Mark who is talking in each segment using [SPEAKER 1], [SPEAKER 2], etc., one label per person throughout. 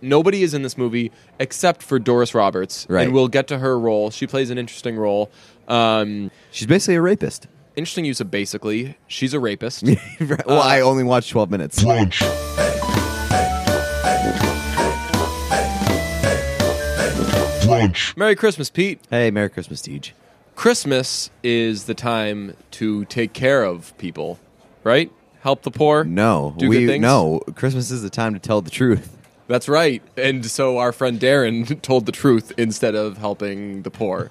[SPEAKER 1] nobody is in this movie except for Doris Roberts,
[SPEAKER 2] Right.
[SPEAKER 1] and we'll get to her role. She plays an interesting role. Um,
[SPEAKER 2] She's basically a rapist.
[SPEAKER 1] interesting use of basically. She's a rapist.
[SPEAKER 2] Right.
[SPEAKER 1] Uh,
[SPEAKER 2] well, I only watched 12 minutes.
[SPEAKER 1] Merry Christmas, Pete.
[SPEAKER 2] Hey, Merry Christmas, Deej.
[SPEAKER 1] Christmas is the time to take care of people, right? Help the poor.
[SPEAKER 2] No,
[SPEAKER 1] Do
[SPEAKER 2] we
[SPEAKER 1] good things?
[SPEAKER 2] no. Christmas is the time to tell the truth.
[SPEAKER 1] That's right. And so our friend Darren told the truth instead of helping the poor.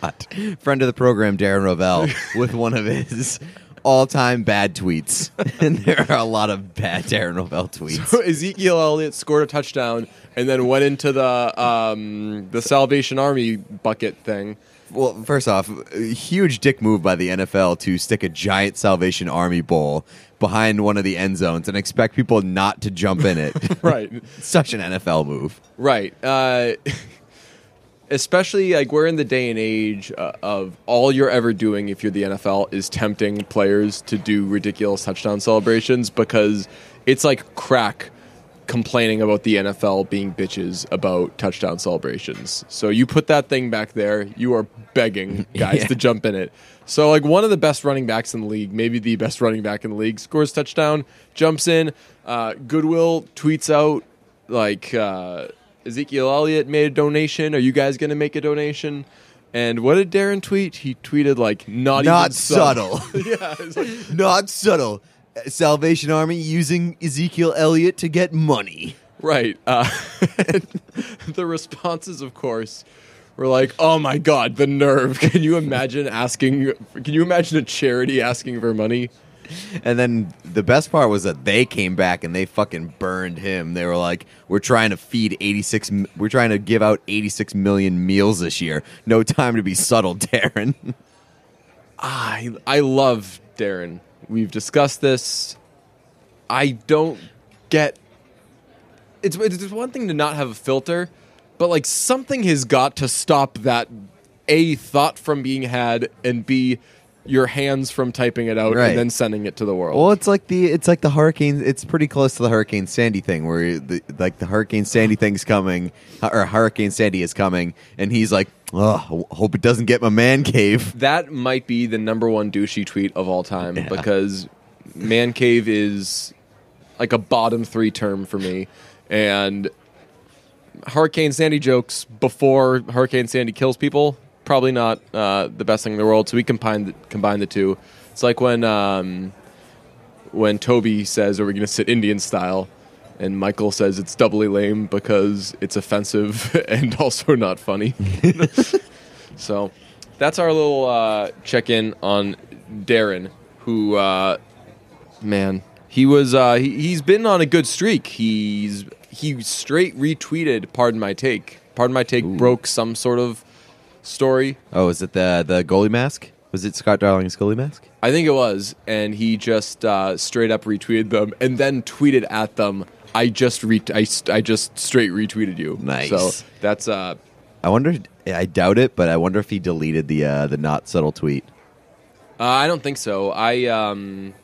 [SPEAKER 2] God. Friend of the program, Darren Rovell, with one of his all-time bad tweets, and there are a lot of bad Darren Rovell tweets.
[SPEAKER 1] Ezekiel Elliott scored a touchdown and then went into the um, the Salvation Army bucket thing.
[SPEAKER 2] Well, first off, a huge dick move by the NFL to stick a giant Salvation Army bowl behind one of the end zones and expect people not to jump in it.
[SPEAKER 1] Right.
[SPEAKER 2] Such an NFL move.
[SPEAKER 1] Right. Uh, especially like we're in the day and age uh, of all you're ever doing if you're the NFL is tempting players to do ridiculous touchdown celebrations because it's like crack complaining about the NFL being bitches about touchdown celebrations. So you put that thing back there, you are begging guys
[SPEAKER 2] Yeah.
[SPEAKER 1] to jump in it. So like one of the best running backs in the league, maybe the best running back in the league, scores touchdown, jumps in. Uh, Goodwill tweets out like uh, Ezekiel Elliott made a donation. Are you guys going to make a donation? And what did Darren tweet? He tweeted like not even
[SPEAKER 2] Not
[SPEAKER 1] subtle.
[SPEAKER 2] subtle.
[SPEAKER 1] yeah, it's like,
[SPEAKER 2] Not subtle. Salvation Army using Ezekiel Elliott to get money.
[SPEAKER 1] right. Uh, the responses, of course, were like, "Oh my god, the nerve! Can you imagine asking? Can you imagine a charity asking for money?"
[SPEAKER 2] And then the best part was that they came back and they fucking burned him. They were like, "We're trying to feed 86 m- we're trying to give out 86 million meals this year. No time to be subtle, Darren."
[SPEAKER 1] I Ah, I love Darren. We've discussed this. I don't get. It's it's one thing to not have a filter, but like something has got to stop that a thought from being had and b your hands from typing it out
[SPEAKER 2] Right.
[SPEAKER 1] and then sending it to the world.
[SPEAKER 2] Well, it's like the it's like the hurricane. It's pretty close to the Hurricane Sandy thing, where the, like the Hurricane Sandy thing's coming, or Hurricane Sandy is coming, and he's like, "Oh, hope it doesn't get my man cave."
[SPEAKER 1] that might be the number one douchey tweet of all time because man cave is like a bottom three term for me and hurricane sandy jokes before hurricane sandy kills people probably not uh, the best thing in the world so we combine the, combine the two it's like when um, when toby says are we going to sit indian style and Michael says it's doubly lame because it's offensive and also not funny. So that's our little uh, check in on Darren, who, uh, man, he was uh, he, he's been on a good streak. He's he straight retweeted. Pardon my take. Pardon my take broke some sort of story.
[SPEAKER 2] Oh, is it the the goalie mask? Was it Scott Darling's goalie mask?
[SPEAKER 1] I think it was, and he just uh, straight up retweeted them and then tweeted at them. I just re- I, st- I just straight retweeted you.
[SPEAKER 2] Nice.
[SPEAKER 1] So that's uh
[SPEAKER 2] I wonder. I doubt it, but I wonder if he deleted the uh, the not subtle tweet.
[SPEAKER 1] Uh, I don't think so. I um,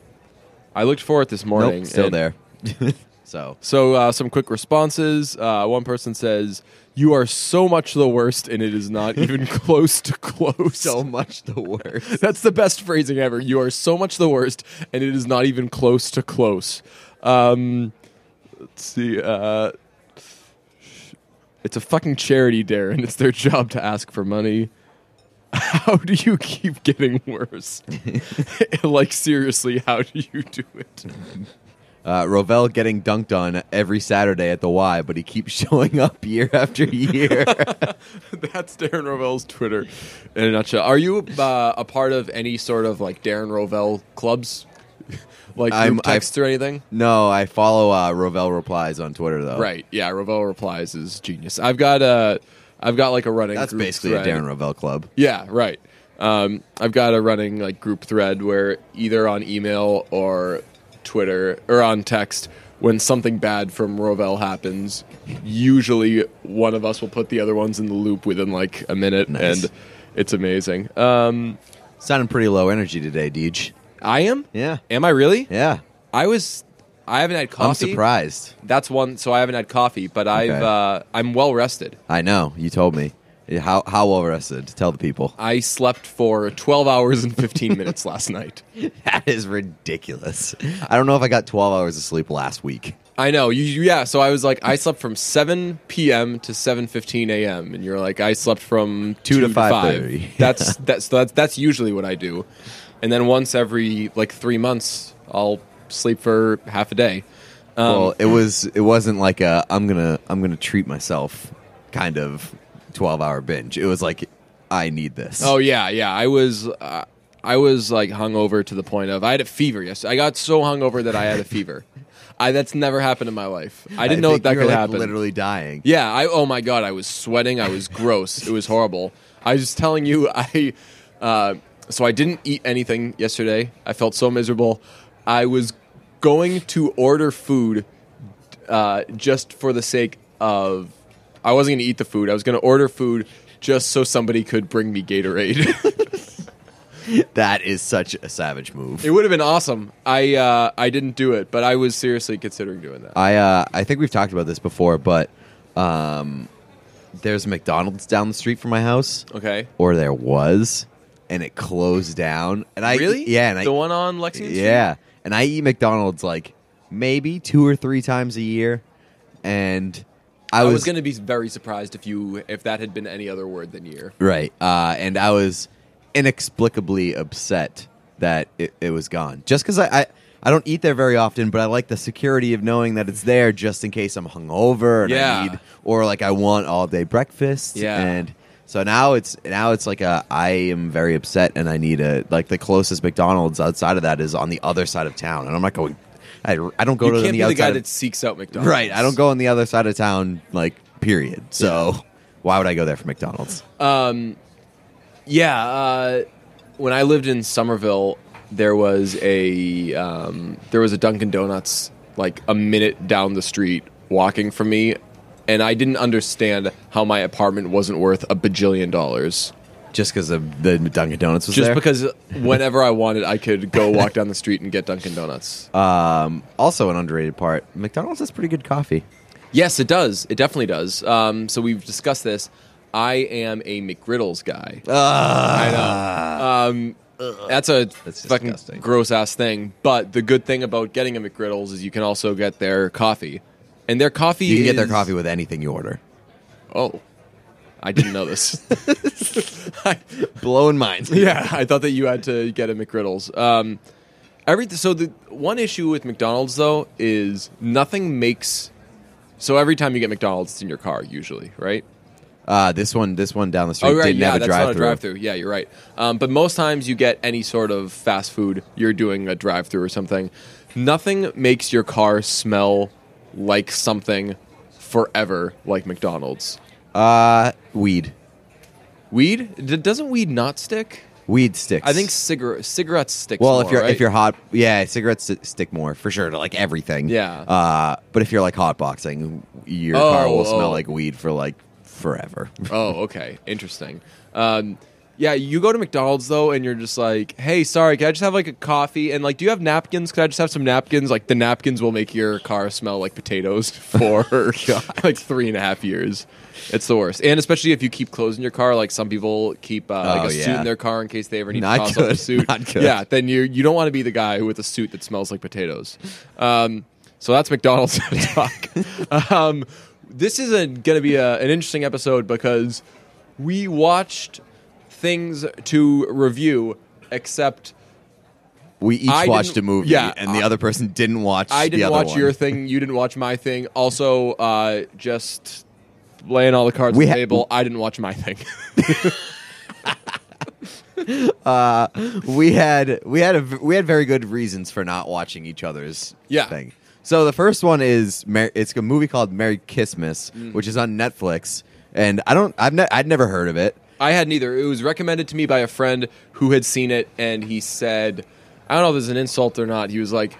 [SPEAKER 1] I looked for it this
[SPEAKER 2] Nope,
[SPEAKER 1] morning.
[SPEAKER 2] still
[SPEAKER 1] and-
[SPEAKER 2] there. so
[SPEAKER 1] So uh, some quick responses. Uh, one person says, "You are so much the worst, and it is not even close to close."
[SPEAKER 2] so much the worst.
[SPEAKER 1] That's the best phrasing ever. You are so much the worst, and it is not even close to close. Um, let's see. Uh, it's a fucking charity, Darren. It's their job to ask for money. How do you keep getting worse? like seriously, how do you do it?
[SPEAKER 2] Uh, Rovell getting dunked on every Saturday at the Y, but he keeps showing up year after year.
[SPEAKER 1] That's Darren Rovell's Twitter in a nutshell. Are you uh, a part of any sort of like Darren Rovell clubs, like
[SPEAKER 2] I'm-
[SPEAKER 1] group texts or anything?
[SPEAKER 2] No, I follow uh, Rovell replies on Twitter though.
[SPEAKER 1] Right? Yeah, Rovell replies is genius. I've got a, I've got like a running.
[SPEAKER 2] That's
[SPEAKER 1] group
[SPEAKER 2] basically
[SPEAKER 1] thread.
[SPEAKER 2] a Darren Rovell club.
[SPEAKER 1] Yeah, right. Um, I've got a running like group thread where either on email or Twitter or on text, when something bad from Rovell happens, usually one of us will put the other ones in the loop within like a minute,
[SPEAKER 2] Nice.
[SPEAKER 1] and it's amazing. Um,
[SPEAKER 2] Sounding pretty low energy today, Deej.
[SPEAKER 1] I am.
[SPEAKER 2] Yeah.
[SPEAKER 1] Am I really?
[SPEAKER 2] Yeah.
[SPEAKER 1] I was. I haven't had coffee.
[SPEAKER 2] I'm surprised.
[SPEAKER 1] That's one. So I haven't had coffee, but I've
[SPEAKER 2] Okay.
[SPEAKER 1] uh, I'm well rested.
[SPEAKER 2] I know. You told me. Yeah, How how well rested? Tell the people.
[SPEAKER 1] I slept for 12 hours and 15 minutes last night.
[SPEAKER 2] That is ridiculous. I don't know if I got 12 hours of sleep last week.
[SPEAKER 1] I know. You, you- yeah. So I was like, I slept from 7 p.m. to 7:15 a.m. And you're like, I slept from two,
[SPEAKER 2] to
[SPEAKER 1] to
[SPEAKER 2] 5:30.
[SPEAKER 1] five. That's that's that's that's usually what I do. And then once every like three months, I'll sleep for half a day. Um,
[SPEAKER 2] well, it was it wasn't like a I'm gonna I'm gonna treat myself kind of 12 hour binge. It was like I need this.
[SPEAKER 1] Oh yeah, yeah. I was uh, I was like hungover to the point of I had a fever. Yes, I got so hungover that I had a fever. I that's never happened in my life. I didn't know
[SPEAKER 2] think
[SPEAKER 1] that
[SPEAKER 2] you're,
[SPEAKER 1] could
[SPEAKER 2] like,
[SPEAKER 1] happen.
[SPEAKER 2] Literally dying.
[SPEAKER 1] Yeah, I oh my god, I was sweating, I was gross. it was horrible. I was telling you I uh, so I didn't eat anything yesterday. I felt so miserable. I was going to order food uh, just for the sake of I wasn't going to eat the food. I was going to order food just so somebody could bring me Gatorade.
[SPEAKER 2] That is such a savage move.
[SPEAKER 1] it would have been awesome. I uh, I didn't do it, but I was seriously considering doing that.
[SPEAKER 2] I uh, I think we've talked about this before, but um, there's a McDonald's down the street from my house,
[SPEAKER 1] Okay.
[SPEAKER 2] or there was, and it closed down. And I
[SPEAKER 1] really?
[SPEAKER 2] yeah, and I
[SPEAKER 1] the one on Lexington. Street?
[SPEAKER 2] Yeah, and I eat McDonald's like maybe two or three times a year, and I
[SPEAKER 1] I was,
[SPEAKER 2] was,
[SPEAKER 1] going to be very surprised if you if that had been any other word than year.
[SPEAKER 2] right, uh, and I was inexplicably upset that it, it was gone. Just because I, I I don't eat there very often, but I like the security of knowing that it's there just in case I'm hungover and
[SPEAKER 1] Yeah.
[SPEAKER 2] I need or like I want all day breakfast.
[SPEAKER 1] Yeah.
[SPEAKER 2] and so now it's now it's like a I am very upset and I need a like the closest McDonald's outside of that is on the other side of town, and I'm not going. I, I don't go
[SPEAKER 1] You
[SPEAKER 2] to
[SPEAKER 1] can't
[SPEAKER 2] the
[SPEAKER 1] be the
[SPEAKER 2] outside
[SPEAKER 1] guy
[SPEAKER 2] of-
[SPEAKER 1] that seeks out McDonald's.
[SPEAKER 2] Right. I don't go on the other side of town, like, period. So why would I go there for McDonald's?
[SPEAKER 1] Yeah. Uh, when I lived in Somerville, there was a um, there was a Dunkin' Donuts like a minute down the street walking from me, and I didn't understand how my apartment wasn't worth a bajillion dollars.
[SPEAKER 2] Just because the Dunkin' Donuts was
[SPEAKER 1] Just
[SPEAKER 2] there?
[SPEAKER 1] because whenever I wanted, I could go walk down the street and get Dunkin' Donuts.
[SPEAKER 2] Um, also, an underrated part McDonald's has pretty good coffee.
[SPEAKER 1] yes, it does. It definitely does. Um, so we've discussed this. I am a McGriddles guy. I know. Um, that's a
[SPEAKER 2] Ah. That's
[SPEAKER 1] fucking
[SPEAKER 2] disgusting.
[SPEAKER 1] gross ass thing. But the good thing about getting a McGriddles is you can also get their coffee, and their coffee
[SPEAKER 2] You can get their
[SPEAKER 1] is-
[SPEAKER 2] coffee with anything you order.
[SPEAKER 1] Oh, I didn't know this. I-
[SPEAKER 2] Blowing minds.
[SPEAKER 1] yeah, I thought that you had to get a McGriddles. Um, every so the one issue with McDonald's though is nothing makes. So every time you get McDonald's, it's in your car usually, right? Oh,
[SPEAKER 2] Uh, this one, this one down the street didn't
[SPEAKER 1] yeah,
[SPEAKER 2] have a
[SPEAKER 1] that's
[SPEAKER 2] drive
[SPEAKER 1] not a drive-through. Yeah, you're right. Um, but most times you get any sort of fast food, you're doing a drive-through or something. Nothing makes your car smell like something forever like McDonald's.
[SPEAKER 2] Uh, weed.
[SPEAKER 1] Weed? D- doesn't weed not stick?
[SPEAKER 2] Weed sticks.
[SPEAKER 1] I think cigarette cigarettes sticks.
[SPEAKER 2] Well, if
[SPEAKER 1] more,
[SPEAKER 2] you're
[SPEAKER 1] right?
[SPEAKER 2] if you're hot, yeah, cigarettes st- stick more for sure to like everything.
[SPEAKER 1] Yeah.
[SPEAKER 2] Uh, but if you're like hotboxing, your
[SPEAKER 1] Oh,
[SPEAKER 2] car will smell
[SPEAKER 1] oh.
[SPEAKER 2] like weed for like forever.
[SPEAKER 1] oh, okay, interesting. Um, yeah, you go to McDonald's though, and you're just like, "Hey, sorry, can I just have like a coffee?" And like, "Do you have napkins? Could I just have some napkins?" Like, the napkins will make your car smell like potatoes for like three and a half years. It's the worst, and especially if you keep clothes in your car. Like some people keep uh, like
[SPEAKER 2] Oh,
[SPEAKER 1] a suit
[SPEAKER 2] yeah.
[SPEAKER 1] in their car in case they ever need
[SPEAKER 2] Not
[SPEAKER 1] to toss up a
[SPEAKER 2] good,
[SPEAKER 1] suit.
[SPEAKER 2] not good.
[SPEAKER 1] Yeah, then you you don't want to be the guy with a suit that smells like potatoes. Um, so that's McDonald's talk. um, this is going to be a, an interesting episode because we watched things to review, except
[SPEAKER 2] We each
[SPEAKER 1] I
[SPEAKER 2] watched a
[SPEAKER 1] didn't-
[SPEAKER 2] movie,
[SPEAKER 1] yeah,
[SPEAKER 2] and the other person didn't watch.
[SPEAKER 1] I
[SPEAKER 2] the
[SPEAKER 1] didn't
[SPEAKER 2] other
[SPEAKER 1] watch
[SPEAKER 2] one.
[SPEAKER 1] your thing, you didn't watch my thing. Also, uh, just laying all the cards
[SPEAKER 2] We
[SPEAKER 1] on the
[SPEAKER 2] ha-
[SPEAKER 1] table, I didn't watch my thing.
[SPEAKER 2] We had we had a v- we had very good reasons for not watching each other's
[SPEAKER 1] Yeah.
[SPEAKER 2] thing. So the first one is Mer- it's a movie called Merry Christmas, which is on Netflix, and I don't I've ne- I'd never heard of it.
[SPEAKER 1] I had neither. It was recommended to me by a friend who had seen it, and he said, I don't know if this is an insult or not. He was like,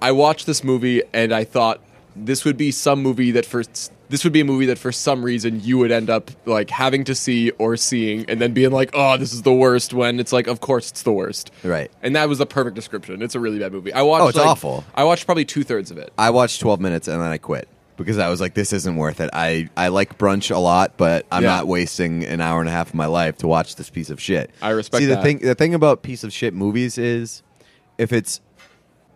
[SPEAKER 1] I watched this movie and I thought this would be some movie that for this would be a movie that for some reason you would end up like having to see or seeing and then being like, "Oh, this is the worst." When it's like, "Of course it's the worst."
[SPEAKER 2] Right.
[SPEAKER 1] And that was the perfect description. It's a really bad movie. I watched
[SPEAKER 2] Oh, it's
[SPEAKER 1] like-
[SPEAKER 2] awful.
[SPEAKER 1] I watched probably two-thirds of it.
[SPEAKER 2] I watched 12 minutes and then I quit because I was like, this isn't worth it. I, I like brunch a lot, but I'm
[SPEAKER 1] Yeah.
[SPEAKER 2] not wasting an hour and a half of my life to watch this piece of shit.
[SPEAKER 1] I respect
[SPEAKER 2] See, the
[SPEAKER 1] that.
[SPEAKER 2] thing the thing about piece of shit movies is if it's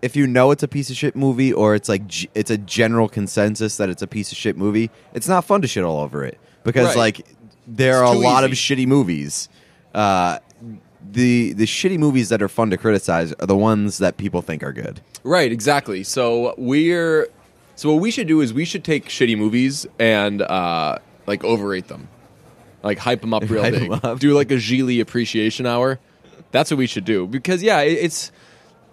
[SPEAKER 2] if you know it's a piece of shit movie or it's like g- it's a general consensus that it's a piece of shit movie, it's not fun to shit all over it because
[SPEAKER 1] Right.
[SPEAKER 2] like there
[SPEAKER 1] It's
[SPEAKER 2] are a
[SPEAKER 1] too
[SPEAKER 2] lot
[SPEAKER 1] easy.
[SPEAKER 2] of shitty movies. Uh, the the shitty movies that are fun to criticize are the ones that people think are good.
[SPEAKER 1] Right, exactly. So we're so what we should do is we should take shitty movies and uh like overrate them. Like hype them up real
[SPEAKER 2] Hype 'em
[SPEAKER 1] big.
[SPEAKER 2] up.
[SPEAKER 1] Do like a Gigli appreciation hour. That's what we should do because yeah, it, it's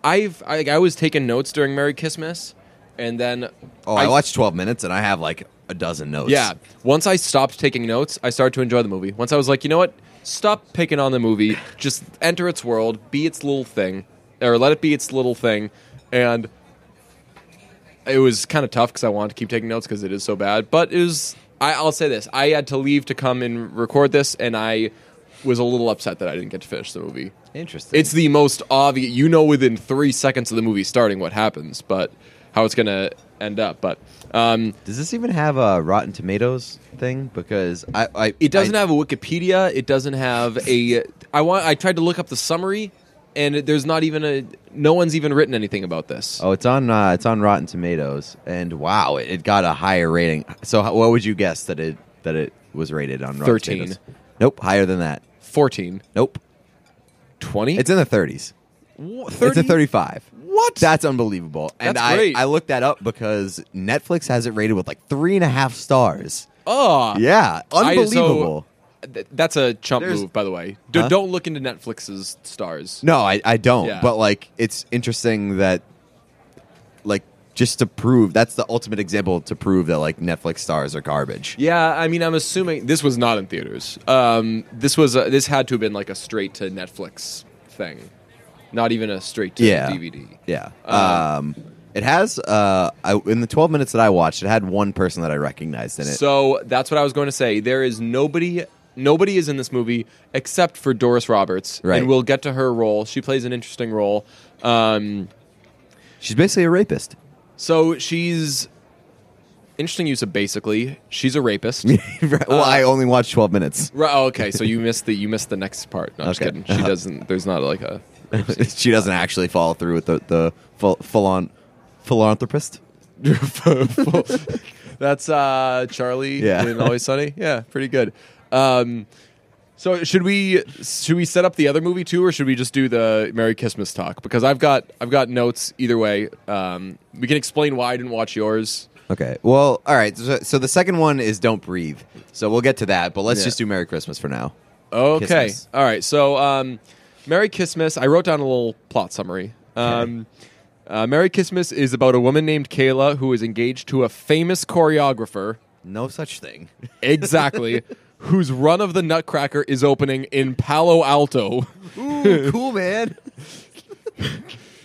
[SPEAKER 1] I've I, I was taking notes during Merry Christmas and then
[SPEAKER 2] Oh, I, watched 12 minutes and I have like a dozen notes.
[SPEAKER 1] Yeah. Once I stopped taking notes, I started to enjoy the movie. Once I was like, you know what? Stop picking on the movie. Just enter its world, be its little thing, or let it be its little thing. And it was kind of tough because I wanted to keep taking notes because it is so bad. But it was, I, I'll say this I had to leave to come and record this, and I was a little upset that I didn't get to finish the movie.
[SPEAKER 2] Interesting.
[SPEAKER 1] It's the most obvious. You know, within three seconds of the movie starting, what happens, but how it's going to end up. But um,
[SPEAKER 2] Does this even have a Rotten Tomatoes thing? Because I, I
[SPEAKER 1] It doesn't
[SPEAKER 2] I,
[SPEAKER 1] have a Wikipedia. It doesn't have a. I want. I tried to look up the summary, and it- there's not even a. No one's even written anything about this.
[SPEAKER 2] Oh, it's on. Uh, it's on Rotten Tomatoes, and wow, it, it got a higher rating. So, how, what would you guess that it that it was rated on? Rotten
[SPEAKER 1] 13.
[SPEAKER 2] Tomatoes? Nope, higher than that.
[SPEAKER 1] 14,
[SPEAKER 2] Nope,
[SPEAKER 1] 20.
[SPEAKER 2] it's in the thirties.
[SPEAKER 1] Wha- 30?
[SPEAKER 2] It's a thirty-five.
[SPEAKER 1] What?
[SPEAKER 2] That's unbelievable. And
[SPEAKER 1] That's
[SPEAKER 2] I
[SPEAKER 1] great.
[SPEAKER 2] I looked that up because Netflix has it rated with like three and a half stars.
[SPEAKER 1] oh,
[SPEAKER 2] Yeah,
[SPEAKER 1] I- so-
[SPEAKER 2] unbelievable.
[SPEAKER 1] th- that's a chump
[SPEAKER 2] There's-
[SPEAKER 1] move, by the way. D-
[SPEAKER 2] Huh?
[SPEAKER 1] Don't look into Netflix's stars.
[SPEAKER 2] No, I, I don't.
[SPEAKER 1] Yeah.
[SPEAKER 2] But like, it's interesting that, like, just to prove that's the ultimate example to prove that like Netflix stars are garbage.
[SPEAKER 1] Yeah, I mean, I'm assuming this was not in theaters. Um, this was a, this had to have been like a straight to Netflix thing, not even a straight to
[SPEAKER 2] Yeah.
[SPEAKER 1] DVD.
[SPEAKER 2] Yeah. Um, it has uh, I, in the twelve minutes that I watched, it had one person that I recognized in it.
[SPEAKER 1] So that's what I was going to say. There is nobody. Nobody is in this movie except for Doris Roberts,
[SPEAKER 2] Right.
[SPEAKER 1] and we'll get to her role. She plays an interesting role. Um,
[SPEAKER 2] She's basically a rapist.
[SPEAKER 1] so she's interesting use of basically. She's a rapist.
[SPEAKER 2] Right. well, I only watched twelve minutes.
[SPEAKER 1] Right, oh, okay, so you missed the you missed the next part. No, I'm just
[SPEAKER 2] Okay. Uh-huh.
[SPEAKER 1] kidding. She doesn't. There's not like a.
[SPEAKER 2] she doesn't actually follow through with the the full, full on philanthropist.
[SPEAKER 1] That's uh, Charlie
[SPEAKER 2] Yeah.
[SPEAKER 1] in Always Sunny. Yeah, pretty good. Um, so should we should we set up the other movie too, or should we just do the Merry Christmas talk? Because I've got I've got notes either way. Um, we can explain why I didn't watch yours.
[SPEAKER 2] Okay. Well, all right. So, so the second one is "Don't Breathe." So we'll get to that, but let's
[SPEAKER 1] Yeah.
[SPEAKER 2] just do "Merry Christmas" for now.
[SPEAKER 1] Okay,
[SPEAKER 2] Christmas.
[SPEAKER 1] all right. So um, Merry Christmas. I wrote down a little plot summary. Um, uh, Merry Christmas is about a woman named Kayla who is engaged to a famous choreographer.
[SPEAKER 2] No such thing.
[SPEAKER 1] Exactly. whose run of the Nutcracker is opening in Palo Alto.
[SPEAKER 2] cool, man.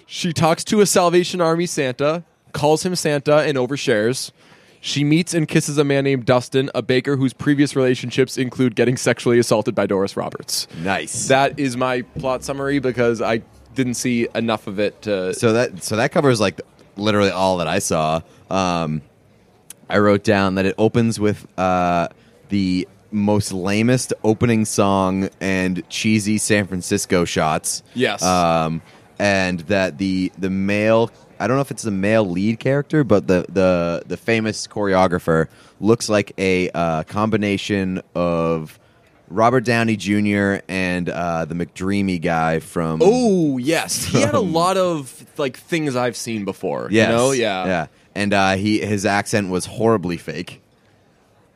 [SPEAKER 1] She talks to a Salvation Army Santa, calls him Santa, and overshares. She meets and kisses a man named Dustin, a baker whose previous relationships include getting sexually assaulted by Doris Roberts.
[SPEAKER 2] Nice.
[SPEAKER 1] That is my plot summary because I didn't see enough of it to.
[SPEAKER 2] so that so that covers like literally all that I saw. Um, I wrote down that it opens with uh, the most lamest opening song and cheesy San Francisco shots.
[SPEAKER 1] Yes.
[SPEAKER 2] Um, and that the the male I don't know if it's the male lead character, but the the the famous choreographer looks like a uh, combination of Robert Downey Jr. and uh, the McDreamy guy from
[SPEAKER 1] oh, yes. He had a lot of like things I've seen before.
[SPEAKER 2] Yes.
[SPEAKER 1] You know? Yeah.
[SPEAKER 2] Yeah. And uh, he his accent was horribly fake.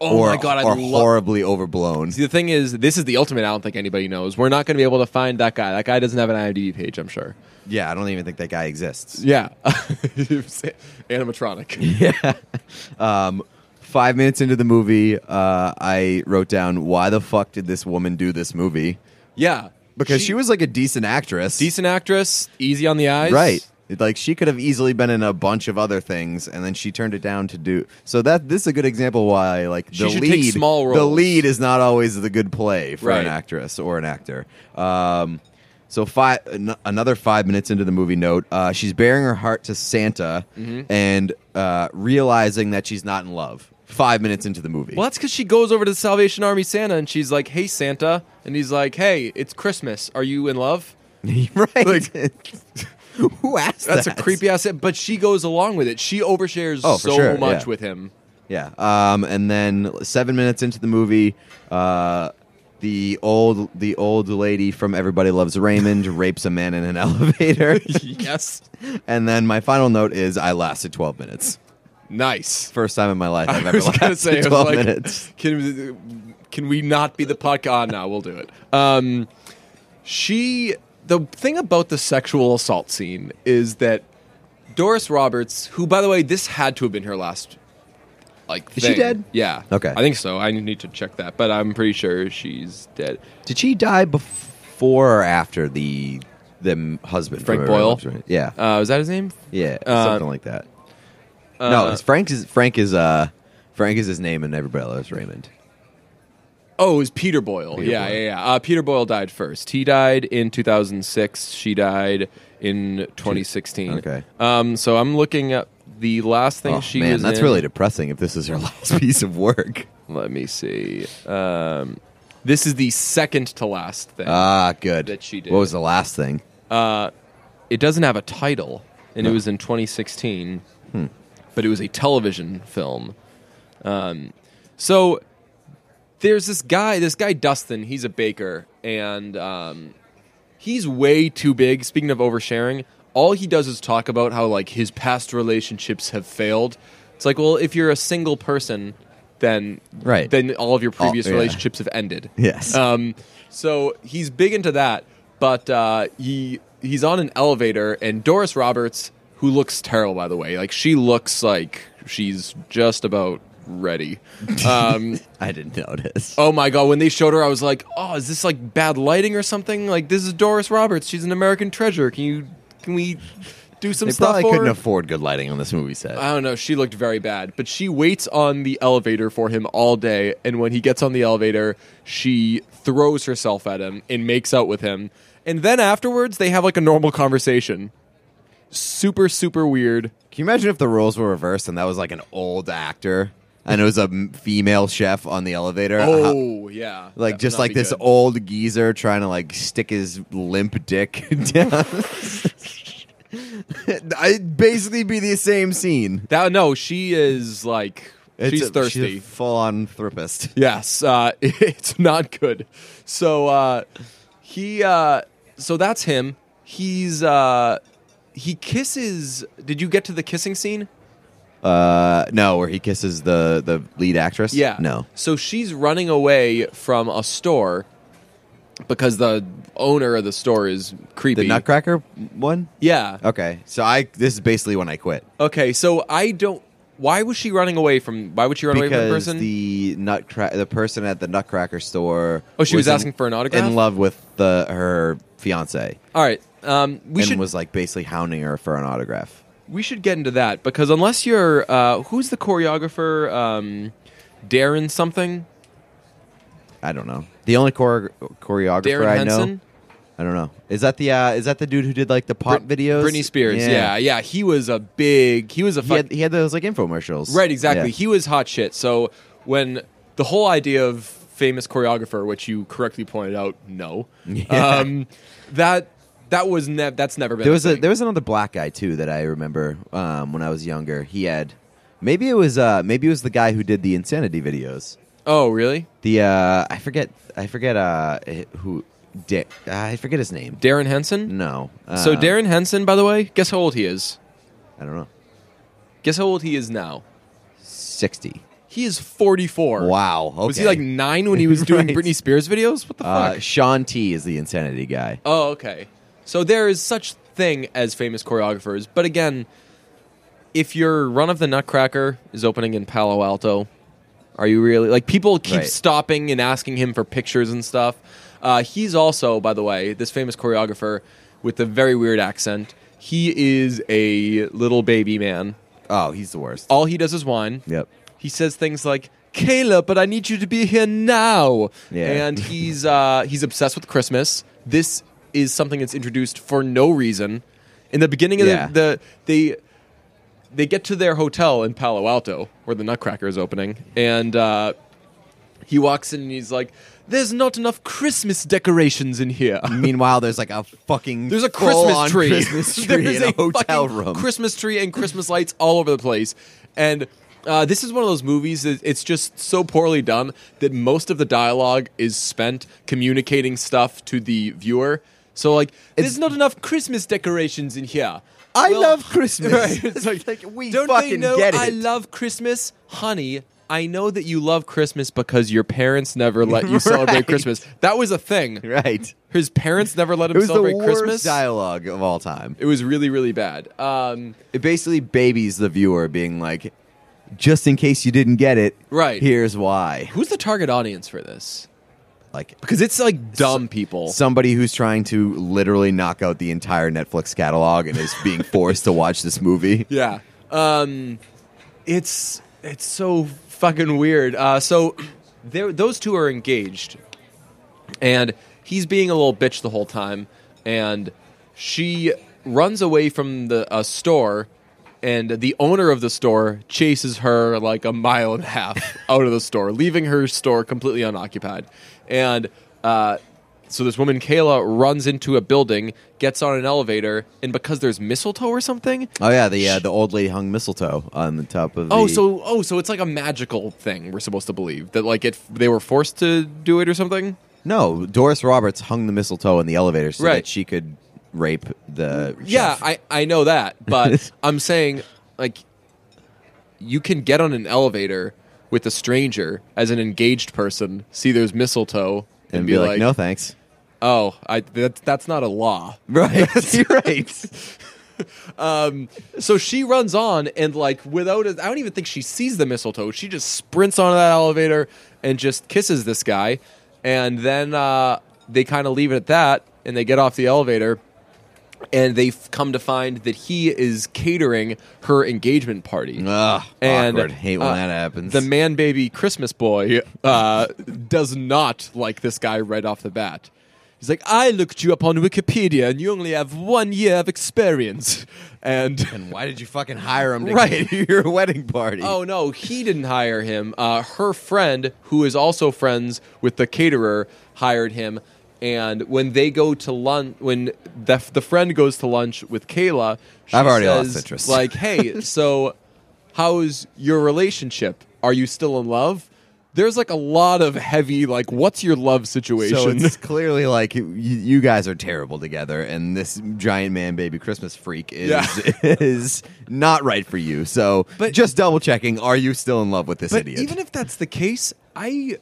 [SPEAKER 1] Oh,
[SPEAKER 2] or,
[SPEAKER 1] my God. I
[SPEAKER 2] or
[SPEAKER 1] love
[SPEAKER 2] horribly overblown.
[SPEAKER 1] See, the thing is, this is the ultimate. I don't think anybody knows. We're not going to be able to find that guy. That guy doesn't have an IMDb page, I'm sure.
[SPEAKER 2] Yeah, I don't even think that guy exists.
[SPEAKER 1] Yeah, animatronic.
[SPEAKER 2] Um, five minutes into the movie, uh, I wrote down why the fuck did this woman do this movie?
[SPEAKER 1] Yeah,
[SPEAKER 2] Because she, was like a decent actress.
[SPEAKER 1] decent actress, easy on the eyes.
[SPEAKER 2] Right. It- Like she could have easily been in a bunch of other things, and then she turned it down to do. So that this is a good example why like
[SPEAKER 1] She
[SPEAKER 2] the
[SPEAKER 1] should
[SPEAKER 2] lead,
[SPEAKER 1] take small
[SPEAKER 2] the
[SPEAKER 1] roles.
[SPEAKER 2] lead is not always the good play for
[SPEAKER 1] Right.
[SPEAKER 2] an actress or an actor. Um, so five an- another five minutes into the movie note, uh, she's bearing her heart to Santa
[SPEAKER 1] Mm-hmm.
[SPEAKER 2] and uh, realizing that she's not in love. Five minutes into the movie,
[SPEAKER 1] Well, that's because she goes over to the Salvation Army Santa and she's like, "Hey, Santa," and he's like, "Hey, it's Christmas. Are you in love?"
[SPEAKER 2] right? who asked
[SPEAKER 1] That's
[SPEAKER 2] that?
[SPEAKER 1] a creepy ass. But she goes along with it. She overshares
[SPEAKER 2] Oh, for
[SPEAKER 1] so
[SPEAKER 2] sure,
[SPEAKER 1] much
[SPEAKER 2] yeah.
[SPEAKER 1] with him.
[SPEAKER 2] Yeah. Um, and then seven minutes into the movie, uh, the old the old lady from Everybody Loves Raymond rapes a man in an elevator.
[SPEAKER 1] Yes,
[SPEAKER 2] and then my final note is I lasted twelve minutes.
[SPEAKER 1] nice.
[SPEAKER 2] First time in my life I've
[SPEAKER 1] I
[SPEAKER 2] ever
[SPEAKER 1] was gonna
[SPEAKER 2] lasted
[SPEAKER 1] say, I was
[SPEAKER 2] twelve
[SPEAKER 1] like,
[SPEAKER 2] minutes.
[SPEAKER 1] Can, can we not be the podcast? now we'll do it. Um, she. The thing about the sexual assault scene is that Doris Roberts, who, by the way, this had to have been her last. Like
[SPEAKER 2] Is she
[SPEAKER 1] thing.
[SPEAKER 2] dead?
[SPEAKER 1] Yeah.
[SPEAKER 2] Okay.
[SPEAKER 1] I think so. I need to check that, but I'm pretty sure she's dead.
[SPEAKER 2] Did she die before or after the the m- husband from
[SPEAKER 1] Frank
[SPEAKER 2] Everybody
[SPEAKER 1] Boyle?
[SPEAKER 2] Loves Raymond? Yeah,
[SPEAKER 1] Uh, is that his name?
[SPEAKER 2] yeah,
[SPEAKER 1] uh,
[SPEAKER 2] something like that. no, it's Frank is Frank is uh Frank is his name in Everybody Loves Raymond.
[SPEAKER 1] Oh, it was Peter Boyle.
[SPEAKER 2] Peter
[SPEAKER 1] yeah,
[SPEAKER 2] Boyle.
[SPEAKER 1] yeah, yeah. Uh, Peter Boyle died first. He died in 2006. She died in 2016.
[SPEAKER 2] Okay.
[SPEAKER 1] Um, so I'm looking at the last thing
[SPEAKER 2] Oh,
[SPEAKER 1] she
[SPEAKER 2] man,
[SPEAKER 1] was
[SPEAKER 2] that's
[SPEAKER 1] in.
[SPEAKER 2] really depressing. If this is her last piece of work.
[SPEAKER 1] Let me see. Um, this is the second to last thing.
[SPEAKER 2] Ah, good.
[SPEAKER 1] That she did.
[SPEAKER 2] What was the last thing?
[SPEAKER 1] it doesn't have a title, and it
[SPEAKER 2] No. Hmm.
[SPEAKER 1] was in 2016, but it was a television film. Um, so there's this guy, this guy Dustin. He's a baker, and um, he's way too big. Speaking of oversharing, all he does is talk about how like his past relationships have failed. It's like, well, if you're a single person, then
[SPEAKER 2] Right.
[SPEAKER 1] then all of your previous
[SPEAKER 2] yeah.
[SPEAKER 1] relationships have ended.
[SPEAKER 2] Yes.
[SPEAKER 1] Um, so he's big into that, but uh, he he's on an elevator, and Doris Roberts, who looks terrible by the way, like she looks like she's just about ready. Um,
[SPEAKER 2] I didn't notice.
[SPEAKER 1] oh my god, when they showed her, I was like, oh, is this like bad lighting or something? Like this is Doris Roberts, she's an American treasure. Can you can we do some
[SPEAKER 2] they
[SPEAKER 1] stuff
[SPEAKER 2] probably
[SPEAKER 1] for Uh,
[SPEAKER 2] couldn't
[SPEAKER 1] her?
[SPEAKER 2] afford good lighting on this movie set.
[SPEAKER 1] I don't know. She looked very bad, but she waits on the elevator for him all day. And when he gets on the elevator, she throws herself at him and makes out with him. And then afterwards, they have like a normal conversation. Super, super weird.
[SPEAKER 2] Can you imagine if the roles were reversed and that was like an old actor and it was a m- female chef on the elevator? How-
[SPEAKER 1] Oh yeah,
[SPEAKER 2] like
[SPEAKER 1] That
[SPEAKER 2] just
[SPEAKER 1] would not
[SPEAKER 2] like
[SPEAKER 1] be
[SPEAKER 2] this
[SPEAKER 1] good.
[SPEAKER 2] old geezer trying to like stick his limp dick down. It'd basically be the same scene.
[SPEAKER 1] That no, she is like she's thirsty.
[SPEAKER 2] full on therapist.
[SPEAKER 1] Yes, uh, it's not good. So uh, he, uh, so that's him. He's uh, he kisses. Did you get to the kissing scene?
[SPEAKER 2] Uh, no, where he kisses the the lead actress.
[SPEAKER 1] Yeah.
[SPEAKER 2] no.
[SPEAKER 1] So she's running away from a store because the owner of the store is creepy.
[SPEAKER 2] The Nutcracker one.
[SPEAKER 1] yeah.
[SPEAKER 2] Okay, so I this is basically when I quit
[SPEAKER 1] Okay. So I don't. Why was she running away from? Why would she run away from a
[SPEAKER 2] because
[SPEAKER 1] person?
[SPEAKER 2] the nutcra- the person at the Nutcracker store.
[SPEAKER 1] Oh, she was asking
[SPEAKER 2] in-
[SPEAKER 1] for an autograph?
[SPEAKER 2] In love with the her fiance,
[SPEAKER 1] All right. Um, we
[SPEAKER 2] and
[SPEAKER 1] should
[SPEAKER 2] was like basically hounding her for an autograph.
[SPEAKER 1] we should get into that because unless you're uh, who's the choreographer, um, Darren something,
[SPEAKER 2] I don't know. The only chore- choreographer
[SPEAKER 1] Darren
[SPEAKER 2] I know.
[SPEAKER 1] Henson,
[SPEAKER 2] I don't know. Is that the uh, is that the dude who did like the pop
[SPEAKER 1] Brit-
[SPEAKER 2] videos?
[SPEAKER 1] Britney Spears. Yeah. yeah, he was a big. He was a
[SPEAKER 2] He
[SPEAKER 1] fuck,
[SPEAKER 2] had, he had those like infomercials.
[SPEAKER 1] Right, exactly.
[SPEAKER 2] Yeah.
[SPEAKER 1] He was hot shit. So when the whole idea of famous choreographer, which you correctly pointed out, no,
[SPEAKER 2] Yeah.
[SPEAKER 1] um, that that was ne- that's never been.
[SPEAKER 2] There was a
[SPEAKER 1] thing.
[SPEAKER 2] there was another black guy too that I remember um, when I was younger. He had maybe it was uh, maybe it was the guy who did the insanity videos.
[SPEAKER 1] oh really?
[SPEAKER 2] The uh, I forget I forget uh, who Dick I forget his name.
[SPEAKER 1] Darren Henson.
[SPEAKER 2] No. Uh,
[SPEAKER 1] so Darren Henson, by the way, guess how old he is?
[SPEAKER 2] I don't know.
[SPEAKER 1] Guess how old he is now?
[SPEAKER 2] Sixty.
[SPEAKER 1] He is forty four.
[SPEAKER 2] Wow. Okay.
[SPEAKER 1] Was he like nine when he was doing
[SPEAKER 2] Right.
[SPEAKER 1] Britney Spears videos? What the
[SPEAKER 2] uh,
[SPEAKER 1] fuck?
[SPEAKER 2] Sean T is the insanity guy.
[SPEAKER 1] Oh, okay. So there is such thing as famous choreographers, but again, if your run of the Nutcracker is opening in Palo Alto, are you really like people keep
[SPEAKER 2] Right.
[SPEAKER 1] stopping and asking him for pictures and stuff? Uh, he's also, by the way, this famous choreographer with a very weird accent. He is a little baby man.
[SPEAKER 2] Oh, he's the worst.
[SPEAKER 1] All he does is whine.
[SPEAKER 2] Yep.
[SPEAKER 1] He says things like, Kayla, but I need you to be here now.
[SPEAKER 2] Yeah.
[SPEAKER 1] And he's uh, he's obsessed with Christmas. This is something that's introduced for no reason. In the beginning of
[SPEAKER 2] Yeah.
[SPEAKER 1] the, the they they get to their hotel in Palo Alto where the Nutcracker is opening, and uh, he walks in and he's like, "There's not enough Christmas decorations in here."
[SPEAKER 2] Meanwhile, there's like a fucking
[SPEAKER 1] There's a
[SPEAKER 2] full-on
[SPEAKER 1] Christmas tree.
[SPEAKER 2] Christmas tree
[SPEAKER 1] There's
[SPEAKER 2] in a, hotel
[SPEAKER 1] fucking
[SPEAKER 2] room.
[SPEAKER 1] Christmas tree and Christmas lights all over the place. And uh, this is one of those movies that it's just so poorly done that most of the dialogue is spent communicating stuff to the viewer. So like, there's not enough Christmas decorations in here.
[SPEAKER 2] I
[SPEAKER 1] Well-
[SPEAKER 2] love Christmas.
[SPEAKER 1] Right,
[SPEAKER 2] It's like, we
[SPEAKER 1] Don't
[SPEAKER 2] fucking
[SPEAKER 1] they know
[SPEAKER 2] get it.
[SPEAKER 1] I love Christmas, honey? I know that you love Christmas because your parents never let you celebrate
[SPEAKER 2] Right.
[SPEAKER 1] Christmas. That was a thing.
[SPEAKER 2] right.
[SPEAKER 1] His parents never let him
[SPEAKER 2] It was the
[SPEAKER 1] celebrate
[SPEAKER 2] worst
[SPEAKER 1] Christmas.
[SPEAKER 2] dialogue of all time.
[SPEAKER 1] It was really, really bad. Um,
[SPEAKER 2] It basically babies the viewer, being like, just in case you didn't get it,
[SPEAKER 1] Right.
[SPEAKER 2] Here's why.
[SPEAKER 1] who's the target audience for this?
[SPEAKER 2] Like
[SPEAKER 1] Because it's like dumb people.
[SPEAKER 2] somebody who's trying to literally knock out the entire Netflix catalog and is being forced to watch this movie.
[SPEAKER 1] yeah. Um, it's it's so fucking weird. Uh, so there, those two are engaged, and he's being a little bitch the whole time, and she runs away from the a store. And the owner of the store chases her like a mile and a half out of the store, leaving her store completely unoccupied. And uh, so this woman, Kayla, runs into a building, gets on an elevator, and because there's mistletoe or something,
[SPEAKER 2] Oh yeah, the uh, the old lady hung mistletoe on the top of.
[SPEAKER 1] Oh,
[SPEAKER 2] the-
[SPEAKER 1] so oh, so it's like a magical thing we're supposed to believe that like it they were forced to do it or something.
[SPEAKER 2] no, Doris Roberts hung the mistletoe in the elevator so
[SPEAKER 1] Right.
[SPEAKER 2] that she could rape the.
[SPEAKER 1] Yeah,
[SPEAKER 2] chef.
[SPEAKER 1] I I know that, but I'm saying like you can get on an elevator with a stranger as an engaged person, see there's mistletoe,
[SPEAKER 2] and, be, like, no thanks.
[SPEAKER 1] oh, I that, that's not a law.
[SPEAKER 2] Right, You're right.
[SPEAKER 1] Um, so she runs on and like without, I I don't even think she sees the mistletoe. She just sprints onto that elevator and just kisses this guy, and then uh, they kind of leave it at that, and they get off the elevator, and they f- come to find that he is catering her engagement party.
[SPEAKER 2] Ugh,
[SPEAKER 1] and
[SPEAKER 2] awkward. Hate when
[SPEAKER 1] uh,
[SPEAKER 2] that happens.
[SPEAKER 1] The man baby Christmas boy uh, does not like this guy right off the bat. He's like, I looked you up on Wikipedia, and you only have one year of experience. And
[SPEAKER 2] and why did you fucking hire him to
[SPEAKER 1] Right.
[SPEAKER 2] get your wedding party?
[SPEAKER 1] Oh no, he didn't hire him. Uh, her friend, who is also friends with the caterer, hired him. And when they go to lunch, when the the friend goes to lunch with Kayla, she
[SPEAKER 2] I've already lost
[SPEAKER 1] says,
[SPEAKER 2] interest.
[SPEAKER 1] Like, hey, so how's your relationship? Are you still in love? There's like a lot of heavy, like, what's your love
[SPEAKER 2] so
[SPEAKER 1] situation?
[SPEAKER 2] it's clearly like you, you guys are terrible together, and this giant man baby Christmas freak is
[SPEAKER 1] Yeah.
[SPEAKER 2] is not right for you. So,
[SPEAKER 1] But-
[SPEAKER 2] just double checking: Are you still in love with this
[SPEAKER 1] but
[SPEAKER 2] idiot?
[SPEAKER 1] even if that's the case, I.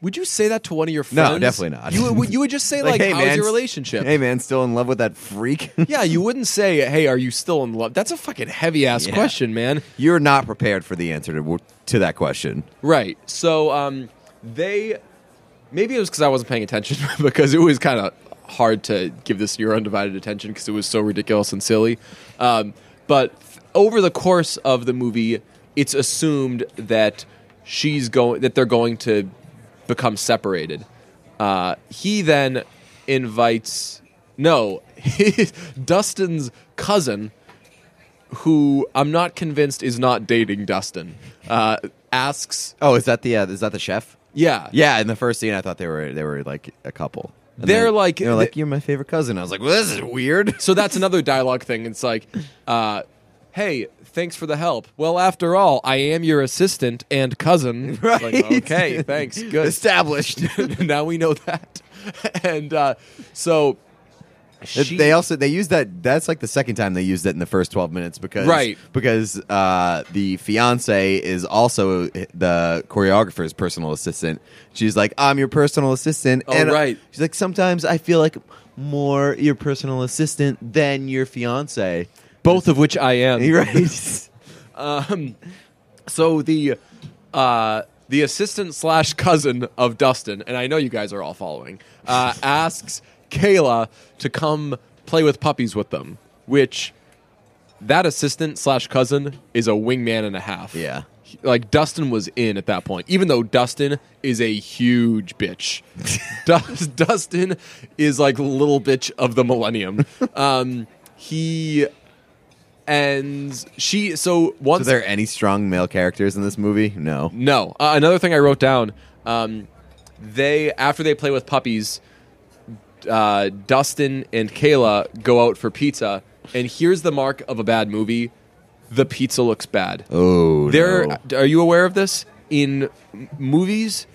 [SPEAKER 1] Would you say that to one of your
[SPEAKER 2] No,
[SPEAKER 1] friends?
[SPEAKER 2] definitely not.
[SPEAKER 1] You would, you would just say, like,
[SPEAKER 2] hey,
[SPEAKER 1] how's
[SPEAKER 2] man,
[SPEAKER 1] your relationship?
[SPEAKER 2] Hey man, still in love with that freak?
[SPEAKER 1] Yeah, you wouldn't say, "Hey, are you still in love?" That's a fucking heavy ass
[SPEAKER 2] Yeah.
[SPEAKER 1] question, man.
[SPEAKER 2] You're not prepared for the answer to to that question.
[SPEAKER 1] Right. So, um, they maybe it was because I wasn't paying attention because it was kind of hard to give this your undivided attention because it was so ridiculous and silly. Um, but th- over the course of the movie, it's assumed that she's going that they're going to become separated. Uh, he then invites no Dustin's cousin who I'm not convinced is not dating Dustin, uh, asks,
[SPEAKER 2] Oh, is that the uh, is that the chef?
[SPEAKER 1] yeah,
[SPEAKER 2] Yeah, in the first scene, I thought they were they were like a couple. And
[SPEAKER 1] They're
[SPEAKER 2] then
[SPEAKER 1] like-
[SPEAKER 2] they're like you're my favorite cousin. I was like, well, this is weird.
[SPEAKER 1] So that's another dialogue thing. It's like, uh, hey, thanks for the help. Well, after all, I am your assistant and cousin. It's like, okay, thanks. Good.
[SPEAKER 2] Established.
[SPEAKER 1] now we know that. and uh, so she-
[SPEAKER 2] they also they use that. That's like the second time they used it in the first twelve minutes because
[SPEAKER 1] Right.
[SPEAKER 2] because uh, the fiance is also the choreographer's personal assistant. She's like, I'm your personal assistant.
[SPEAKER 1] Oh,
[SPEAKER 2] and
[SPEAKER 1] right.
[SPEAKER 2] She's like, sometimes I feel like more your personal assistant than your fiance.
[SPEAKER 1] both of which I am.
[SPEAKER 2] Right.
[SPEAKER 1] So the uh, the assistant slash cousin of Dustin, and I know you guys are all following, uh, asks Kayla to come play with puppies with them. which that assistant slash cousin is a wingman and a half.
[SPEAKER 2] Yeah.
[SPEAKER 1] He- Like Dustin was in at that point, even though Dustin is a huge bitch. Dus- Dustin is like little bitch of the millennium. Um, he and she. So
[SPEAKER 2] Are
[SPEAKER 1] once
[SPEAKER 2] there any strong male characters in this movie? No.
[SPEAKER 1] no. Uh, another thing I wrote down: um, they after they play with puppies, uh, Dustin and Kayla go out for pizza, and here's the mark of a bad movie: the pizza looks bad.
[SPEAKER 2] Oh,
[SPEAKER 1] There,
[SPEAKER 2] no.
[SPEAKER 1] are you aware of this? In m- movies,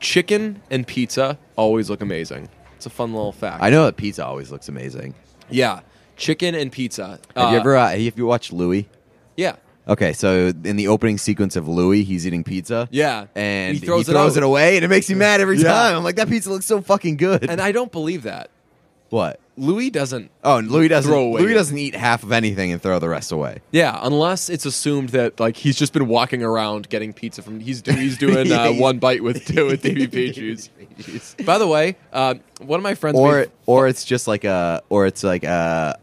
[SPEAKER 1] chicken and pizza always look amazing. It's a fun little fact.
[SPEAKER 2] I know that pizza always looks amazing.
[SPEAKER 1] yeah, chicken and pizza.
[SPEAKER 2] Have you
[SPEAKER 1] Uh,
[SPEAKER 2] ever? Uh, have you watched Louis?
[SPEAKER 1] Yeah,
[SPEAKER 2] Okay, so in the opening sequence of Louis, he's eating pizza.
[SPEAKER 1] yeah.
[SPEAKER 2] And he throws, it,
[SPEAKER 1] out.
[SPEAKER 2] away, and it makes me mad every
[SPEAKER 1] Yeah.
[SPEAKER 2] time. I'm like, that pizza looks so fucking good.
[SPEAKER 1] And I don't believe that
[SPEAKER 2] what?
[SPEAKER 1] Louis doesn't
[SPEAKER 2] Oh, and Louis doesn't.
[SPEAKER 1] Throw away.
[SPEAKER 2] Louis doesn't eat half of anything and throw the rest away.
[SPEAKER 1] Yeah, unless it's assumed that like he's just been walking around getting pizza from he's do, he's doing uh, one bite with two with DVP juice. By the way, uh, one of my friends
[SPEAKER 2] Or
[SPEAKER 1] made-
[SPEAKER 2] or it's just like a or it's like a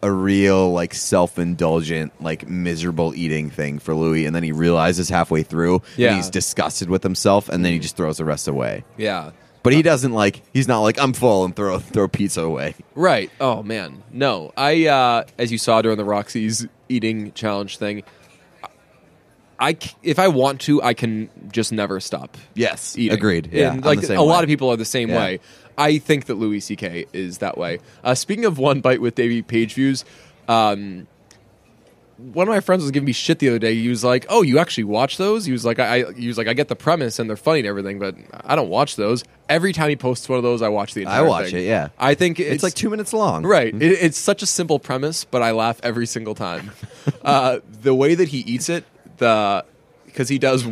[SPEAKER 2] a real like self indulgent like miserable eating thing for Louis, and then he realizes halfway through,
[SPEAKER 1] Yeah. Mm-hmm.
[SPEAKER 2] and he's disgusted with himself, and then he just throws the rest away.
[SPEAKER 1] yeah,
[SPEAKER 2] But he doesn't like. He's not like I'm full and throw throw pizza away.
[SPEAKER 1] right. Oh man, no. I uh, as you saw during the Roxy's eating challenge thing, I c- if I want to, I can just never stop
[SPEAKER 2] Yes,
[SPEAKER 1] eating.
[SPEAKER 2] agreed. Yeah,
[SPEAKER 1] And,
[SPEAKER 2] I'm
[SPEAKER 1] like
[SPEAKER 2] the same
[SPEAKER 1] a
[SPEAKER 2] way.
[SPEAKER 1] lot of people are the same
[SPEAKER 2] Yeah.
[SPEAKER 1] way. I think that Louis C.K. is that way. Uh, speaking of one bite with Davey Page views, um, one of my friends was giving me shit the other day. He was like, "Oh, you actually watch those?" He was like, "I,", I he was like, "I get the premise and they're funny and everything, but I don't watch those." Every time he posts one of those, I watch the entire.
[SPEAKER 2] watch
[SPEAKER 1] thing.
[SPEAKER 2] it, yeah.
[SPEAKER 1] I think
[SPEAKER 2] It's,
[SPEAKER 1] it's,
[SPEAKER 2] like two minutes long.
[SPEAKER 1] Right. It, it's such a simple premise, but I laugh every single time. uh, the way that he eats it, the because he does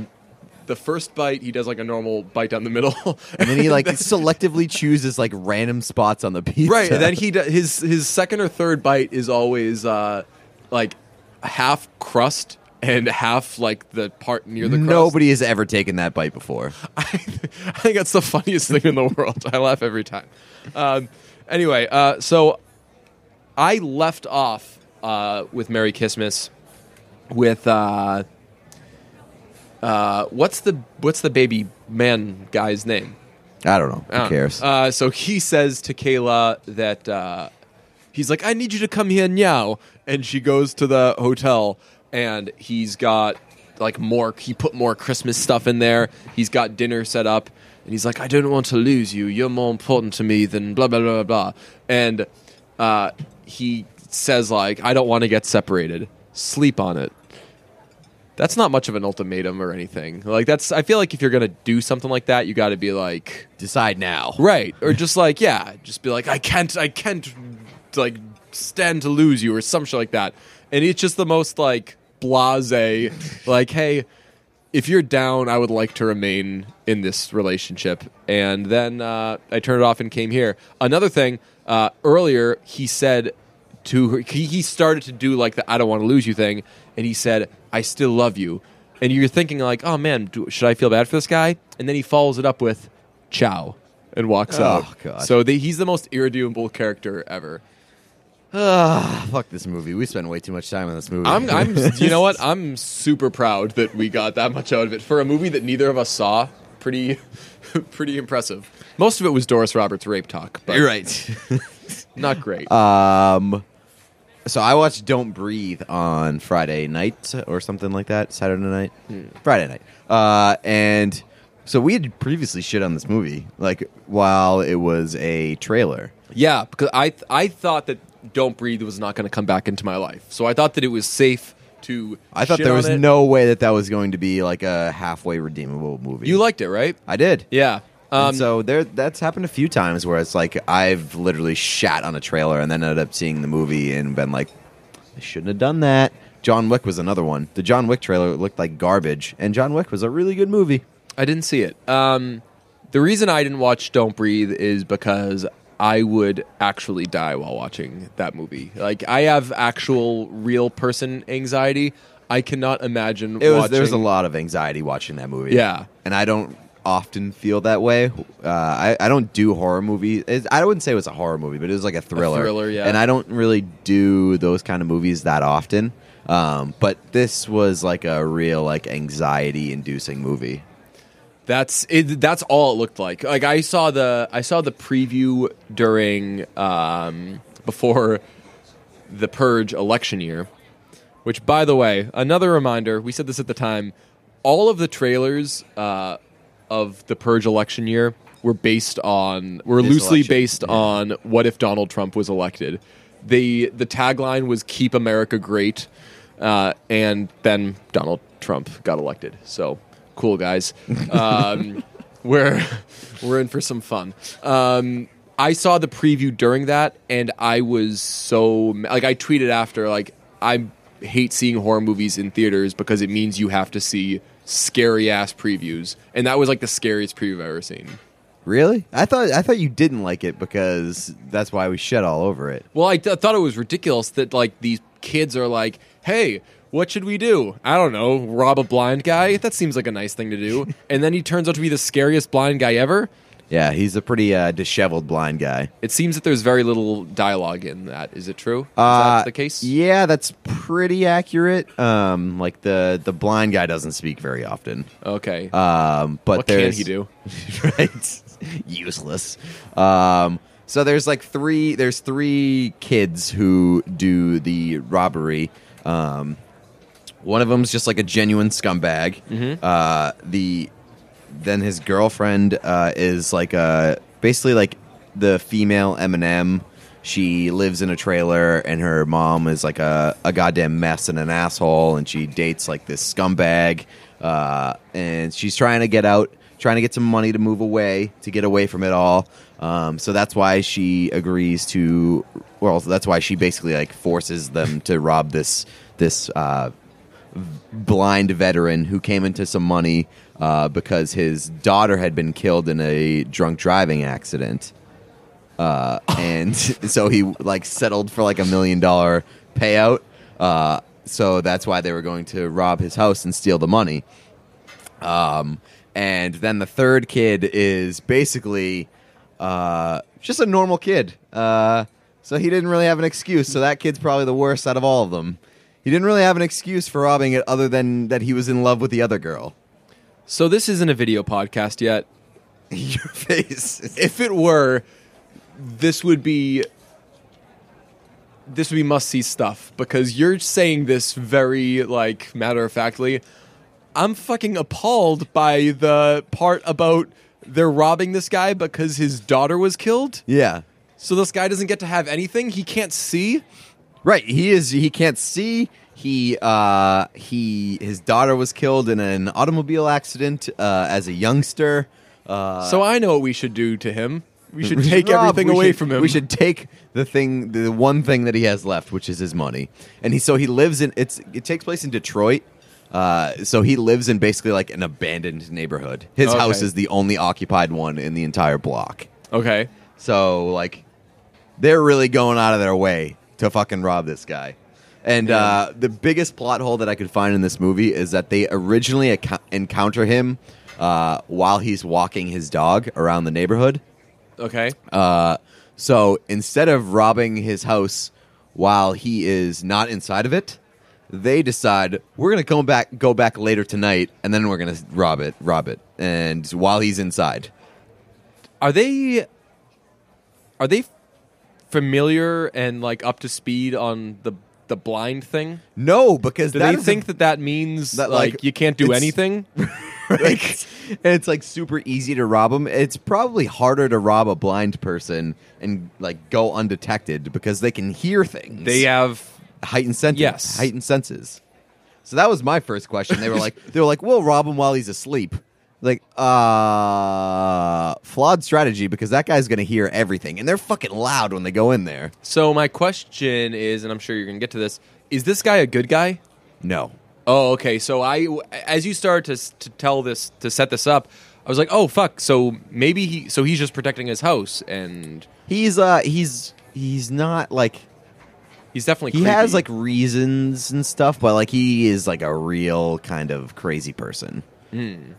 [SPEAKER 1] the first bite, he does like a normal bite down the middle,
[SPEAKER 2] And then he like selectively chooses like random spots on the pizza.
[SPEAKER 1] right. And then he do, his his second or third bite is always uh, like half crust and half like the part near the crust.
[SPEAKER 2] Nobody has ever taken that bite before.
[SPEAKER 1] I, I think that's the funniest thing in the world. I laugh every time. Um, anyway, uh, so I left off uh, with Merry Christmas with uh, uh, what's the what's the baby man guy's name?
[SPEAKER 2] I don't know. Who
[SPEAKER 1] I don't know.
[SPEAKER 2] cares?
[SPEAKER 1] Uh, so he says to Kayla that uh, he's like, "I need you to come here now," and she goes to the hotel, and he's got like more. He put more Christmas stuff in there. He's got dinner set up, and he's like, "I don't want to lose you. You're more important to me than blah blah blah blah." blah." And uh, he says like, "I don't want to get separated. Sleep on it." That's not much of an ultimatum or anything. Like that's I feel like if you're going to do something like that, you got to be like
[SPEAKER 2] Decide now.
[SPEAKER 1] Right. Or just like, yeah, just be like, I can't, I can't, like, stand to lose you or some shit like that. And it's just the most, like, blase, like, hey, if you're down, I would like to remain in this relationship. And then uh, I turned it off and came here. Another thing, uh, earlier, he said to her, he, he started to do, like, the I don't want to lose you thing. And he said, I still love you. And you're thinking, like, oh man, do, should I feel bad for this guy? And then he follows it up with, ciao and walks
[SPEAKER 2] Oh,
[SPEAKER 1] out.
[SPEAKER 2] God.
[SPEAKER 1] So the, he's the most irredeemable character ever.
[SPEAKER 2] Ah, fuck this movie. We spend way too much time on this movie.
[SPEAKER 1] I'm, I'm, you know what? I'm super proud that we got that much out of it for a movie that neither of us saw. Pretty, pretty impressive. Most of it was Doris Roberts rape talk, but
[SPEAKER 2] You're right.
[SPEAKER 1] not great.
[SPEAKER 2] um, so I watched Don't Breathe on Friday night or something like that. Saturday night, Friday night. Uh, and so we had previously shit on this movie, like while it was a trailer.
[SPEAKER 1] yeah, because I, th- I thought that "Don't Breathe" was not going to come back into my life, so I thought that it was safe to.
[SPEAKER 2] I thought
[SPEAKER 1] shit
[SPEAKER 2] there
[SPEAKER 1] on
[SPEAKER 2] was
[SPEAKER 1] it.
[SPEAKER 2] no way that that was going to be like a halfway redeemable movie.
[SPEAKER 1] You liked it, right?
[SPEAKER 2] I did.
[SPEAKER 1] Yeah. Um,
[SPEAKER 2] And so there, that's happened a few times where it's like I've literally shat on a trailer and then ended up seeing the movie and been like, I shouldn't have done that. John Wick was another one. The John Wick trailer looked like garbage, and John Wick was a really good movie.
[SPEAKER 1] I didn't see it. Um, the reason I didn't watch Don't Breathe is because I would actually die while watching that movie. Like I have actual real person anxiety. I cannot imagine.
[SPEAKER 2] It was
[SPEAKER 1] watching,
[SPEAKER 2] there was a lot of anxiety watching that movie.
[SPEAKER 1] Yeah.
[SPEAKER 2] and I don't often feel that way. Uh, I, I don't do horror movies. It, I wouldn't say it was a horror movie, but it was like a thriller.
[SPEAKER 1] thriller, yeah.
[SPEAKER 2] And I don't really do those kind of movies that often. Um, but this was like a real like anxiety inducing movie.
[SPEAKER 1] That's it, that's all it looked like. Like I saw the I saw the preview during um, before the purge election year, which by the way, another reminder, we said this at the time, all of the trailers uh, of the purge election year were based on were
[SPEAKER 2] This
[SPEAKER 1] loosely
[SPEAKER 2] election,
[SPEAKER 1] based on what if Donald Trump was elected. The the tagline was keep America great uh, and then Donald Trump got elected. So cool guys. Um, we're we're in for some fun. Um, I saw the preview during that, and I was so ma- like I tweeted after like I hate seeing horror movies in theaters because it means you have to see scary ass previews, and that was like the scariest preview I've ever seen.
[SPEAKER 2] Really? I thought I thought you didn't like it because that's why we shit all over it.
[SPEAKER 1] Well, I th- thought it was ridiculous that like these kids are like, "Hey, what should we do? I don't know, rob a blind guy. That seems like a nice thing to do." and then he turns out to be the scariest blind guy ever.
[SPEAKER 2] Yeah, he's a pretty uh, disheveled blind guy.
[SPEAKER 1] It seems that there's very little dialogue in that. Is it true? Is
[SPEAKER 2] Uh,
[SPEAKER 1] that the case?
[SPEAKER 2] Yeah, that's pretty accurate. Um, like the the blind guy doesn't speak very often.
[SPEAKER 1] Okay.
[SPEAKER 2] Um, but
[SPEAKER 1] what can
[SPEAKER 2] there's-
[SPEAKER 1] he do?
[SPEAKER 2] right? Useless. Um, so there's like three. There's three kids who do the robbery. Um, one of them's just like a genuine scumbag.
[SPEAKER 1] Mm-hmm.
[SPEAKER 2] Uh, the then his girlfriend uh, is like a basically like the female Eminem. She lives in a trailer, and her mom is like a, a goddamn mess and an asshole, and she dates like this scumbag. Uh, and she's trying to get out, trying to get some money to move away, to get away from it all. Um, so that's why she agrees to. Well, that's why she basically like forces them to rob this this uh, blind veteran who came into some money uh, because his daughter had been killed in a drunk driving accident. Uh, and so he like settled for like a million dollar payout. Uh, so that's why they were going to rob his house and steal the money. Um, and then the third kid is basically uh, just a normal kid. Uh, so he didn't really have an excuse. So that kid's probably the worst out of all of them. He didn't really have an excuse for robbing it other than that he was in love with the other girl.
[SPEAKER 1] So this isn't a video podcast yet.
[SPEAKER 2] Your face.
[SPEAKER 1] If it were, this would be this would be must see stuff because you're saying this very like matter of factly. I'm fucking appalled by the part about they're robbing this guy because his daughter was killed.
[SPEAKER 2] Yeah.
[SPEAKER 1] So this guy doesn't get to have anything. He can't see.
[SPEAKER 2] Right. He is. He can't see. He uh he his daughter was killed in an automobile accident uh, as a youngster. Uh,
[SPEAKER 1] So I know what we should do to him. We should
[SPEAKER 2] We
[SPEAKER 1] take
[SPEAKER 2] rob-
[SPEAKER 1] everything
[SPEAKER 2] we
[SPEAKER 1] away
[SPEAKER 2] should-
[SPEAKER 1] from him.
[SPEAKER 2] We should take the thing, the one thing that he has left, which is his money. And he so he lives in it's it takes place in Detroit. Uh, so he lives in basically like an abandoned neighborhood. His
[SPEAKER 1] Okay.
[SPEAKER 2] house is the only occupied one in the entire block.
[SPEAKER 1] Okay.
[SPEAKER 2] So like, they're really going out of their way to fucking rob this guy. And uh, the biggest plot hole that I could find in this movie is that they originally acco- encounter him uh, while he's walking his dog around the neighborhood.
[SPEAKER 1] Okay.
[SPEAKER 2] Uh, so instead of robbing his house while he is not inside of it, they decide we're gonna go back, go back later tonight, and then we're gonna rob it, rob it, and while he's inside.
[SPEAKER 1] Are they are they familiar and like up to speed on the the blind thing?
[SPEAKER 2] No, because
[SPEAKER 1] Do
[SPEAKER 2] that
[SPEAKER 1] they
[SPEAKER 2] is a-
[SPEAKER 1] think that that means
[SPEAKER 2] that,
[SPEAKER 1] like,
[SPEAKER 2] like,
[SPEAKER 1] you can't do
[SPEAKER 2] it's-
[SPEAKER 1] anything?
[SPEAKER 2] like, and it's like super easy to rob them. It's probably harder to rob a blind person and like go undetected because they can hear things.
[SPEAKER 1] They have
[SPEAKER 2] heightened senses.
[SPEAKER 1] Yes.
[SPEAKER 2] heightened senses. So that was my first question. They were like, they were like, we'll rob him while he's asleep. Like, uh, flawed strategy because that guy's gonna hear everything, and they're fucking loud when they go in there.
[SPEAKER 1] So my question is and I'm sure you're going to get to this, is this guy a good guy?
[SPEAKER 2] No,
[SPEAKER 1] Oh, okay. So I, as you started to s- to tell this to set this up, I was like, oh fuck. So maybe he, so he's just protecting his house, and
[SPEAKER 2] he's uh, he's he's not like
[SPEAKER 1] he's definitely
[SPEAKER 2] he
[SPEAKER 1] creepy.
[SPEAKER 2] has like reasons and
[SPEAKER 1] Hmm.
[SPEAKER 2] stuff, but like he is like a real kind of crazy person.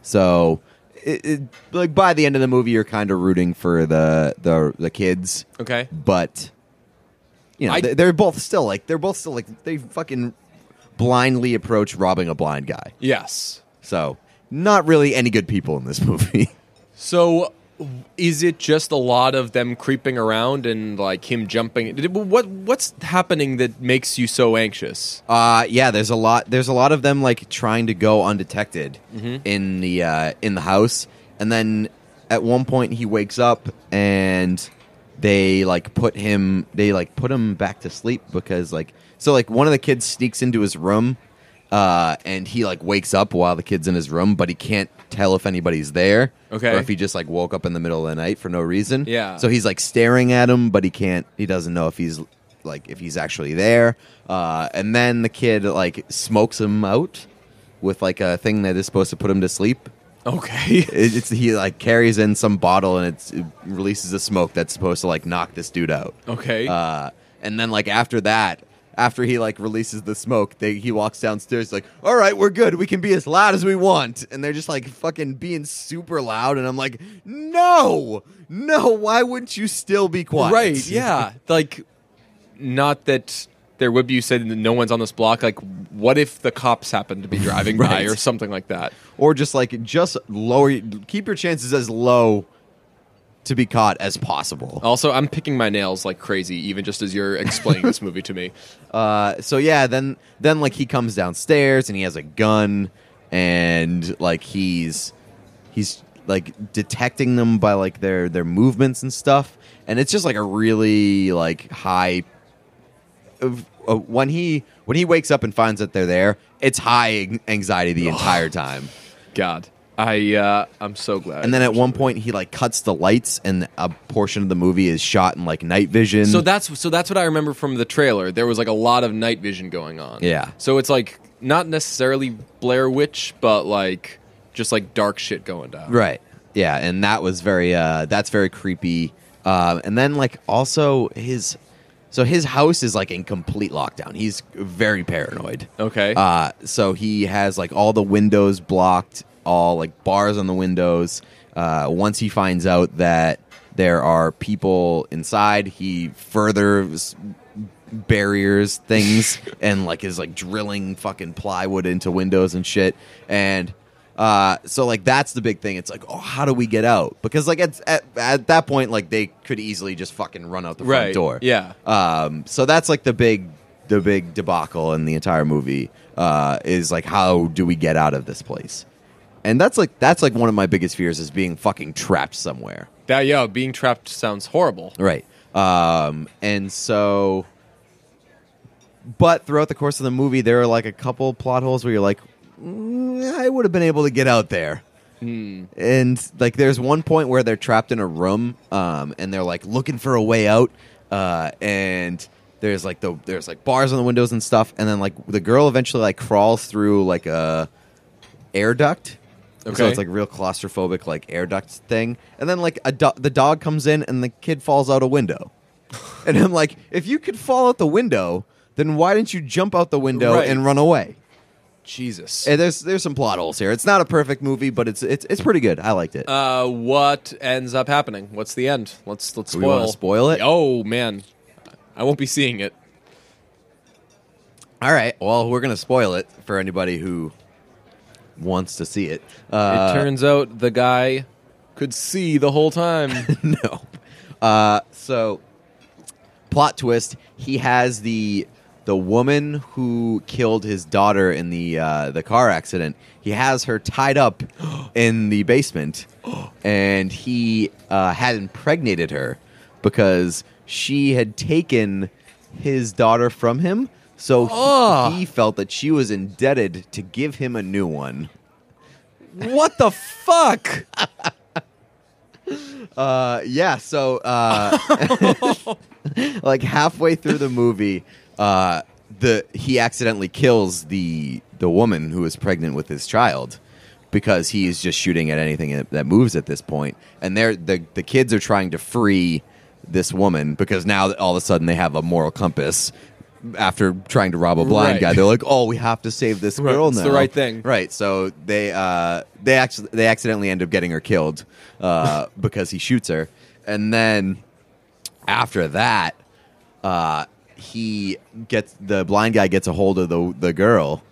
[SPEAKER 2] So it, it, like by the end of the movie, you're kind of rooting for the the the kids,
[SPEAKER 1] Okay.
[SPEAKER 2] but you know
[SPEAKER 1] I-
[SPEAKER 2] they, they're both still like they're both still like they fucking blindly approach robbing a blind guy.
[SPEAKER 1] Yes.
[SPEAKER 2] So not really any good people in this movie.
[SPEAKER 1] So is it just a lot of them creeping around and like him jumping? did- What what's happening that makes you so anxious?
[SPEAKER 2] Uh, yeah, there's a lot. There's a lot of them like trying to go undetected in the uh, in the house, and then at one point he wakes up and they like put him. They like put him back to sleep because like so like one of the kids sneaks into his room, uh, and he like wakes up while the kid's in his room, but he can't tell if anybody's there.
[SPEAKER 1] Okay.
[SPEAKER 2] or if he just like woke up in the middle of the night for no reason.
[SPEAKER 1] Yeah.
[SPEAKER 2] So he's like staring at him, but he can't. He doesn't know if he's like if he's actually there. Uh, and then the kid like smokes him out with like a thing that is supposed to put him to sleep.
[SPEAKER 1] Okay.
[SPEAKER 2] It, it's he like carries in some bottle and it's, it releases a smoke that's supposed to like knock this dude out.
[SPEAKER 1] Okay.
[SPEAKER 2] Uh, and then like after that. After he like releases the smoke, they, he walks downstairs like, "All right, we're good. We can be as loud as we want." And they're just like fucking being super loud, and I'm like, "No, no. Why wouldn't you still be quiet?"
[SPEAKER 1] Right. Yeah. like, not that there would be. You said that no one's on this block. Like, what if the cops happen to be driving by
[SPEAKER 2] Right.
[SPEAKER 1] or something like that?
[SPEAKER 2] or just like just lower, keep your chances as low to be caught as possible.
[SPEAKER 1] Also, I'm picking my nails like crazy, even just as you're explaining this movie to me.
[SPEAKER 2] Uh, so yeah, then then like he comes downstairs and he has a gun and like he's he's like detecting them by like their their movements and stuff. And it's just like a really like high of- uh, when he when he wakes up and finds that they're there, it's high an- anxiety the entire time.
[SPEAKER 1] God, I uh, I'm so glad.
[SPEAKER 2] And then at one point he like cuts the lights and a portion of the movie is shot in like night vision.
[SPEAKER 1] so that's so that's what I remember from the trailer. There was like a lot of night vision going on.
[SPEAKER 2] Yeah.
[SPEAKER 1] So it's like not necessarily Blair Witch, but like just like dark shit going down.
[SPEAKER 2] Right. Yeah, and that was very uh that's very creepy. Um and then like also his so his house is like in complete lockdown. He's very paranoid.
[SPEAKER 1] Okay.
[SPEAKER 2] Uh so he has like all the windows blocked, all like bars on the windows. Uh once he finds out that there are people inside, he further s- barriers things and like is like drilling fucking plywood into windows and shit and uh so like that's the big thing it's like oh how do we get out because like at at, at that point like they could easily just fucking run out the front
[SPEAKER 1] Right.
[SPEAKER 2] door
[SPEAKER 1] Yeah.
[SPEAKER 2] um so that's like the big the big debacle in the entire movie uh is like how do we get out of this place and that's like that's like one of my biggest fears is being fucking trapped somewhere
[SPEAKER 1] That yeah, being trapped sounds horrible.
[SPEAKER 2] Right. Um, and so, but throughout the course of the movie, there are like a couple plot holes where you're like, "Mm, I would have been able to get out there. And like, there's one point where they're trapped in a room, um, and they're like looking for a way out, uh, and there's like the there's like bars on the windows and stuff, and then like the girl eventually like crawls through like a air duct. So
[SPEAKER 1] Okay.
[SPEAKER 2] it's like real claustrophobic, like air duct thing. And then like a do- the dog comes in and the kid falls out a window. and I'm like, if you could fall out the window, then why didn't you jump out the window
[SPEAKER 1] Right.
[SPEAKER 2] and run away?
[SPEAKER 1] Jesus.
[SPEAKER 2] And there's there's some plot holes here. It's not a perfect movie, but it's it's it's pretty good. I liked it.
[SPEAKER 1] uh, what ends up happening? What's the end? Let's let's
[SPEAKER 2] Do
[SPEAKER 1] spoil.
[SPEAKER 2] we wanna spoil it?
[SPEAKER 1] Oh man, I won't be seeing it.
[SPEAKER 2] All right. Well, we're gonna spoil it for anybody who wants to see it. Uh,
[SPEAKER 1] it turns out the guy could see the whole time.
[SPEAKER 2] no. Uh, so, plot twist: he has the the woman who killed his daughter in the uh, the car accident. He has her tied up in the basement, and he uh, had impregnated her because she had taken his daughter from him. So he-
[SPEAKER 1] Ah.
[SPEAKER 2] he felt that she was indebted to give him a new one.
[SPEAKER 1] what the fuck?
[SPEAKER 2] Uh, yeah. So, uh, like halfway through the movie, uh, the he accidentally kills the the woman who is pregnant with his child because he is just shooting at anything that- that moves at this point. And they're the the kids are trying to free this woman because now all of a sudden they have a moral compass after trying to rob a blind
[SPEAKER 1] Right.
[SPEAKER 2] guy. They're like, "Oh, we have to save this
[SPEAKER 1] Right,
[SPEAKER 2] girl
[SPEAKER 1] it's
[SPEAKER 2] now."
[SPEAKER 1] the right thing.
[SPEAKER 2] right? So they uh, they actually they accidentally end up getting her killed uh, because he shoots her, and then after that, uh, he gets the blind guy gets a hold of the the girl,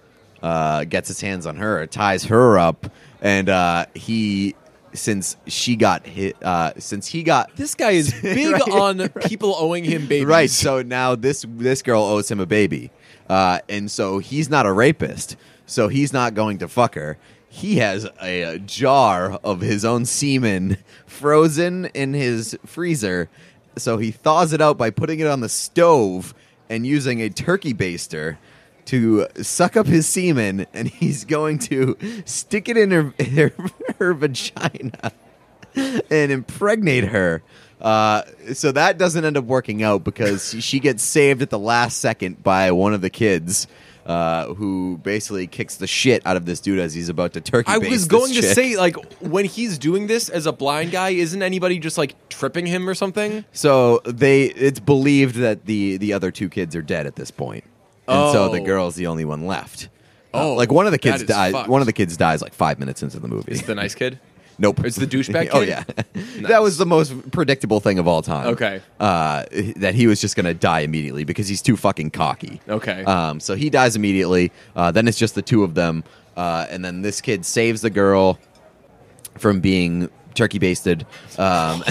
[SPEAKER 2] uh, gets his hands on her, ties her up, and uh, he since she got hit uh, since he got
[SPEAKER 1] This guy is big
[SPEAKER 2] Right,
[SPEAKER 1] on people owing him babies.
[SPEAKER 2] Right. So now this this girl owes him a baby, uh, and so he's not a rapist. So he's not going to fuck her. He has a, a jar of his own semen frozen in his freezer. So he thaws it out by putting it on the stove and using a turkey baster to suck up his semen, and he's going to stick it in her her, her vagina and impregnate her. Uh, so that doesn't end up working out because she gets saved at the last second by one of the kids. Uh, who basically kicks the shit out of this dude as he's about to turkey?
[SPEAKER 1] I
[SPEAKER 2] baste
[SPEAKER 1] was
[SPEAKER 2] this
[SPEAKER 1] going to
[SPEAKER 2] chick.
[SPEAKER 1] say, like, when he's doing this as a blind guy, isn't anybody just like tripping him or something?
[SPEAKER 2] So they, it's believed that the the other two kids are dead at this point, and so
[SPEAKER 1] Oh.
[SPEAKER 2] the girl's the only one left. Uh,
[SPEAKER 1] Oh,
[SPEAKER 2] like one of the kids
[SPEAKER 1] that is
[SPEAKER 2] dies.
[SPEAKER 1] fucked.
[SPEAKER 2] One of the kids dies like five minutes into the movie.
[SPEAKER 1] It's the nice kid.
[SPEAKER 2] Nope.
[SPEAKER 1] It's the douchebag
[SPEAKER 2] oh
[SPEAKER 1] kid?
[SPEAKER 2] yeah, that
[SPEAKER 1] Nice.
[SPEAKER 2] was the most predictable thing of all time.
[SPEAKER 1] Okay.
[SPEAKER 2] uh, that he was just gonna die immediately because he's too fucking cocky.
[SPEAKER 1] Okay.
[SPEAKER 2] um, so he dies immediately. Uh, then it's just the two of them, uh, and then this kid saves the girl from being turkey basted. Um,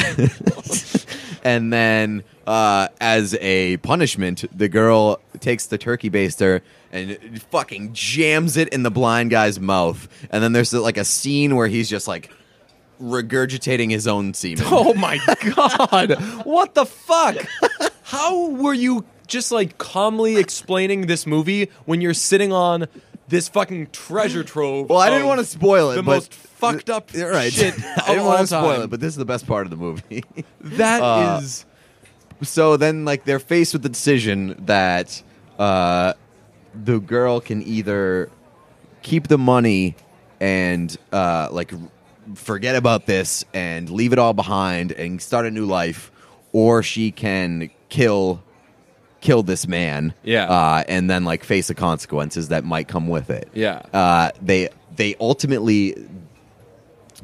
[SPEAKER 2] and then, uh, as a punishment, the girl takes the turkey baster and fucking jams it in the blind guy's mouth. And then there's like a scene where he's just like regurgitating his own semen.
[SPEAKER 1] Oh my god! What the fuck? How were you just like calmly explaining this movie when you're sitting on this fucking treasure trove?
[SPEAKER 2] Well, I didn't want to spoil it.
[SPEAKER 1] oh, the
[SPEAKER 2] but
[SPEAKER 1] most fucked up
[SPEAKER 2] You're right.
[SPEAKER 1] shit
[SPEAKER 2] I
[SPEAKER 1] of
[SPEAKER 2] didn't want
[SPEAKER 1] all
[SPEAKER 2] to spoil
[SPEAKER 1] time.
[SPEAKER 2] it, but this is the best part of the movie.
[SPEAKER 1] That
[SPEAKER 2] Uh,
[SPEAKER 1] is-
[SPEAKER 2] so then like they're faced with the decision that uh, the girl can either keep the money and uh, like forget about this and leave it all behind and start a new life or she can kill kill this man
[SPEAKER 1] Yeah.
[SPEAKER 2] uh, and then like face the consequences that might come with it
[SPEAKER 1] Yeah.
[SPEAKER 2] uh, they they ultimately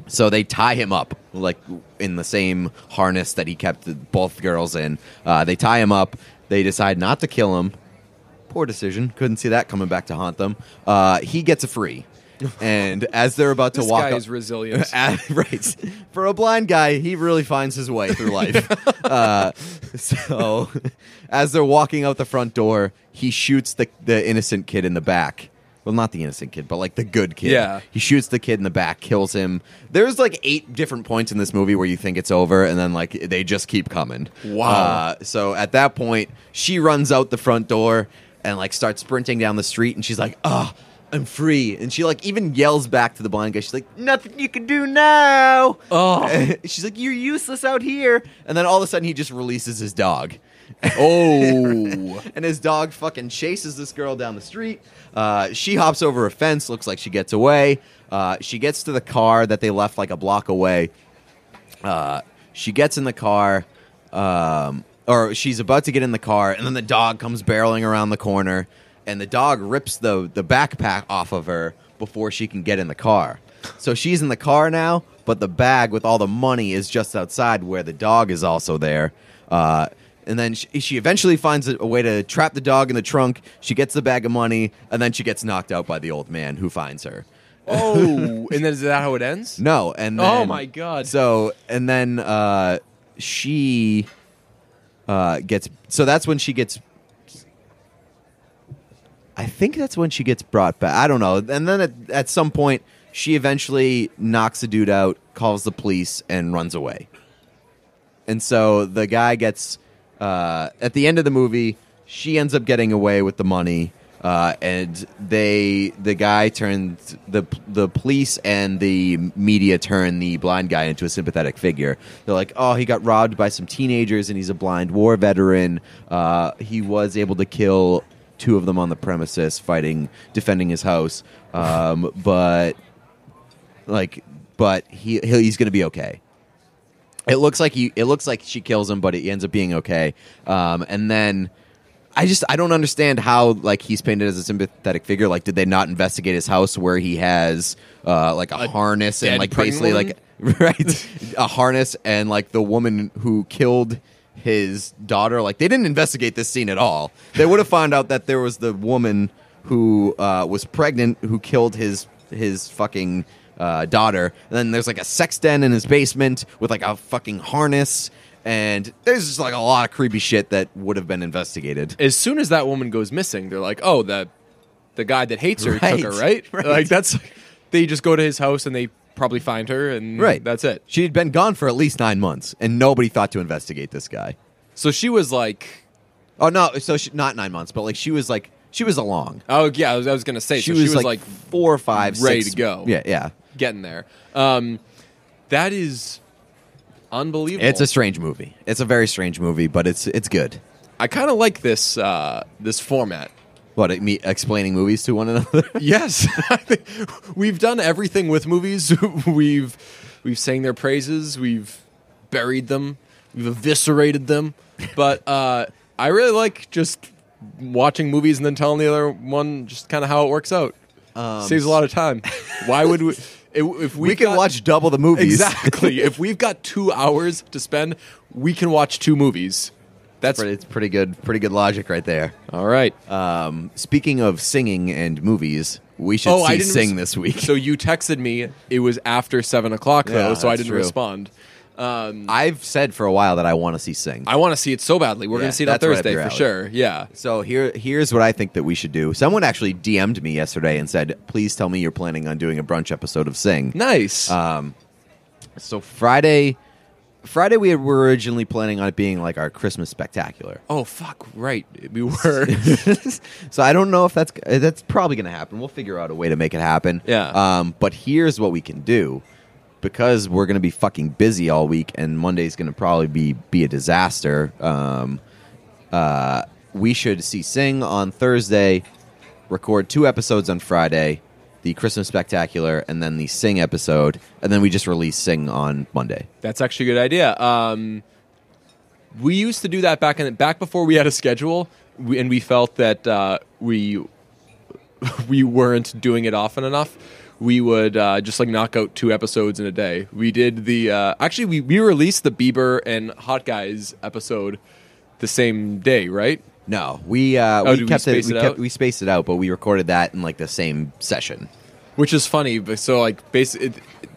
[SPEAKER 2] so they tie him up like in the same harness that he kept the- both girls in. Uh, they tie him up. They decide not to kill him. Poor decision. Couldn't see that coming back to haunt them. Uh, he gets a free, and as they're about to
[SPEAKER 1] This
[SPEAKER 2] walk,
[SPEAKER 1] guy
[SPEAKER 2] up-
[SPEAKER 1] is resilient.
[SPEAKER 2] Ah, right. For a blind guy, he really finds his way through life. uh, so, as they're walking out the front door, he shoots the the innocent kid in the back. Well, not the innocent kid, but like the good kid.
[SPEAKER 1] Yeah.
[SPEAKER 2] He shoots the kid in the back, kills him. There's like eight different points in this movie where you think it's over, and then like they just keep coming.
[SPEAKER 1] Wow.
[SPEAKER 2] Uh, so at that point, she runs out the front door and like starts sprinting down the street, and she's like, "Ah, I'm free!" And she like even yells back to the blind guy. She's like, "Nothing you can do now."
[SPEAKER 1] Oh.
[SPEAKER 2] she's like, "You're useless out here." And then all of a sudden, he just releases his dog.
[SPEAKER 1] oh.
[SPEAKER 2] And his dog fucking chases this girl down the street. Uh, she hops over a fence, looks like she gets away. Uh, she gets to the car that they left like a block away. Uh, she gets in the car, um, or she's about to get in the car, and then the dog comes barreling around the corner, and the dog rips the, the backpack off of her before she can get in the car. So she's in the car now, but the bag with all the money is just outside where the dog is also there. Uh, and then she, she eventually finds a, a way to trap the dog in the trunk. She gets the bag of money, and then she gets knocked out by the old man who finds her.
[SPEAKER 1] Oh. And then is that how it ends?
[SPEAKER 2] No, and
[SPEAKER 1] Oh
[SPEAKER 2] then-
[SPEAKER 1] my God.
[SPEAKER 2] So and then uh, she uh, gets. So that's when she gets. I think that's when she gets brought back. I don't know. And then at, at some point, she eventually knocks the dude out, calls the police, and runs away. And so the guy gets uh, at the end of the movie, she ends up getting away with the money, uh, and they the guy turns the the police and the media turn the blind guy into a sympathetic figure. They're like, oh, he got robbed by some teenagers, and he's a blind war veteran. Uh, he was able to kill two of them on the premises, fighting defending his house, um, but like, but he he'll- he's going to be okay. It looks like you. It looks like she kills him, but it ends up being okay. Um, and then I just I don't understand how like he's painted as a sympathetic figure. Like, did they not investigate his house where he has uh, like a, harness and
[SPEAKER 1] dead
[SPEAKER 2] like
[SPEAKER 1] pregnant
[SPEAKER 2] basically like right a harness and like the woman who killed his daughter? Like, they didn't investigate this scene at all. They would have found out that there was the woman who uh, was pregnant who killed his his fucking. Uh, daughter, and then there's like a sex den in his basement with like a fucking harness, and there's just like a lot of creepy shit that would have been investigated.
[SPEAKER 1] As soon as that woman goes missing, they're like, "Oh, the the guy that hates her
[SPEAKER 2] Right,
[SPEAKER 1] took her, right?"
[SPEAKER 2] right.
[SPEAKER 1] Like that's they just go to his house and they probably find her and
[SPEAKER 2] Right.
[SPEAKER 1] that's it.
[SPEAKER 2] She had been gone for at least nine months, and nobody thought to investigate this guy.
[SPEAKER 1] So she was like,
[SPEAKER 2] Oh no! So she, not nine months, but like she was like she was along.
[SPEAKER 1] "Oh yeah, I was, I was gonna say." so she was like,
[SPEAKER 2] four or five,
[SPEAKER 1] ready
[SPEAKER 2] six-
[SPEAKER 1] to go.
[SPEAKER 2] Yeah, yeah.
[SPEAKER 1] getting there. Um, that is unbelievable.
[SPEAKER 2] It's a strange movie. It's a very strange movie, but it's it's good.
[SPEAKER 1] I kind of like this uh, this format.
[SPEAKER 2] What it, me explaining movies to one another?
[SPEAKER 1] Yes, I think we've done everything with movies. we've we've sang their praises. We've buried them. We've eviscerated them. But uh, I really like just watching movies and then telling the other one just kind of how it works out. Saves a lot of time. Why would we? If if
[SPEAKER 2] Um, we
[SPEAKER 1] we
[SPEAKER 2] can
[SPEAKER 1] got-
[SPEAKER 2] watch double the movies.
[SPEAKER 1] exactly. if we've got two hours to spend, we can watch two movies. That's
[SPEAKER 2] But it's pretty good. Pretty good logic right there.
[SPEAKER 1] all right.
[SPEAKER 2] Um, speaking of singing and movies, we should
[SPEAKER 1] Oh, I
[SPEAKER 2] see
[SPEAKER 1] didn't
[SPEAKER 2] sing
[SPEAKER 1] res-
[SPEAKER 2] this week.
[SPEAKER 1] So you texted me. It was after seven o'clock though,
[SPEAKER 2] Yeah,
[SPEAKER 1] so I
[SPEAKER 2] that's
[SPEAKER 1] didn't
[SPEAKER 2] true.
[SPEAKER 1] respond. Um,
[SPEAKER 2] I've said for a while that I want to see sing.
[SPEAKER 1] I want to see it so badly. We're
[SPEAKER 2] Yeah,
[SPEAKER 1] gonna see it on
[SPEAKER 2] that's right up
[SPEAKER 1] Thursday
[SPEAKER 2] your
[SPEAKER 1] for
[SPEAKER 2] alley.
[SPEAKER 1] sure. Yeah.
[SPEAKER 2] So here, here's what I think that we should do. Someone actually DM'd me yesterday and said, "Please tell me you're planning on doing a brunch episode of Sing."
[SPEAKER 1] Nice.
[SPEAKER 2] Um, so Friday, Friday we were originally planning on it being like our Christmas spectacular.
[SPEAKER 1] oh fuck! Right, we were.
[SPEAKER 2] so I don't know if that's uh, that's probably going to happen. We'll figure out a way to make it happen.
[SPEAKER 1] Yeah.
[SPEAKER 2] Um, but here's what we can do because we're going to be fucking busy all week, and Monday's going to probably be be a disaster. Um, uh, we should see Sing on Thursday, record two episodes on Friday. The Christmas Spectacular, and then the Sing episode, and then we just release Sing on Monday.
[SPEAKER 1] That's actually a good idea. Um, we used to do that back in back before we had a schedule, we, and we felt that uh, we we weren't doing it often enough. We would uh, just like knock out two episodes in a day. We did the uh, actually we, we released the Bieber and Hot Guys episode the same day, right?
[SPEAKER 2] No, we uh, we
[SPEAKER 1] did Oh, we
[SPEAKER 2] kept it.
[SPEAKER 1] space
[SPEAKER 2] We
[SPEAKER 1] it
[SPEAKER 2] kept
[SPEAKER 1] out?
[SPEAKER 2] we spaced it out, but we recorded that in like the same session.
[SPEAKER 1] Which is funny. But so like basically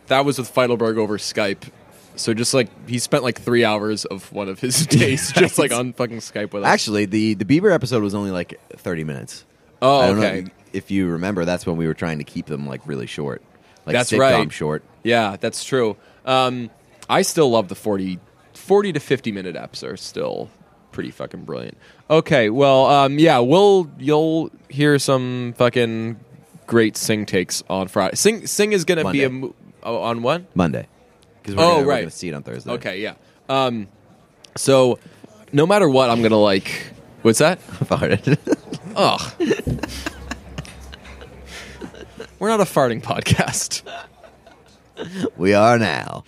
[SPEAKER 1] that was with Feidelberg over Skype. So just like he spent like three hours of one of his days just like on fucking Skype with us.
[SPEAKER 2] Actually, the the Bieber episode was only like thirty minutes.
[SPEAKER 1] Oh,
[SPEAKER 2] I don't know
[SPEAKER 1] okay.
[SPEAKER 2] if you remember, that's when we were trying to keep them like really short, like
[SPEAKER 1] That's
[SPEAKER 2] sitcom
[SPEAKER 1] right.
[SPEAKER 2] short.
[SPEAKER 1] Yeah, that's true. Um, I still love the 40, 40 to 50 minute eps are still pretty fucking brilliant. Okay, well, um, yeah, we'll you'll hear some fucking great sing takes on Friday. Sing sing is going to be a
[SPEAKER 2] Monday.
[SPEAKER 1] mo- oh, on what?
[SPEAKER 2] Monday. Because
[SPEAKER 1] Oh,
[SPEAKER 2] we're
[SPEAKER 1] right.
[SPEAKER 2] going to see it on Thursday.
[SPEAKER 1] Okay, yeah. Um, so no matter what, I'm going to like What's that?
[SPEAKER 2] Farted.
[SPEAKER 1] Ugh. We're not a farting podcast.
[SPEAKER 2] we are now.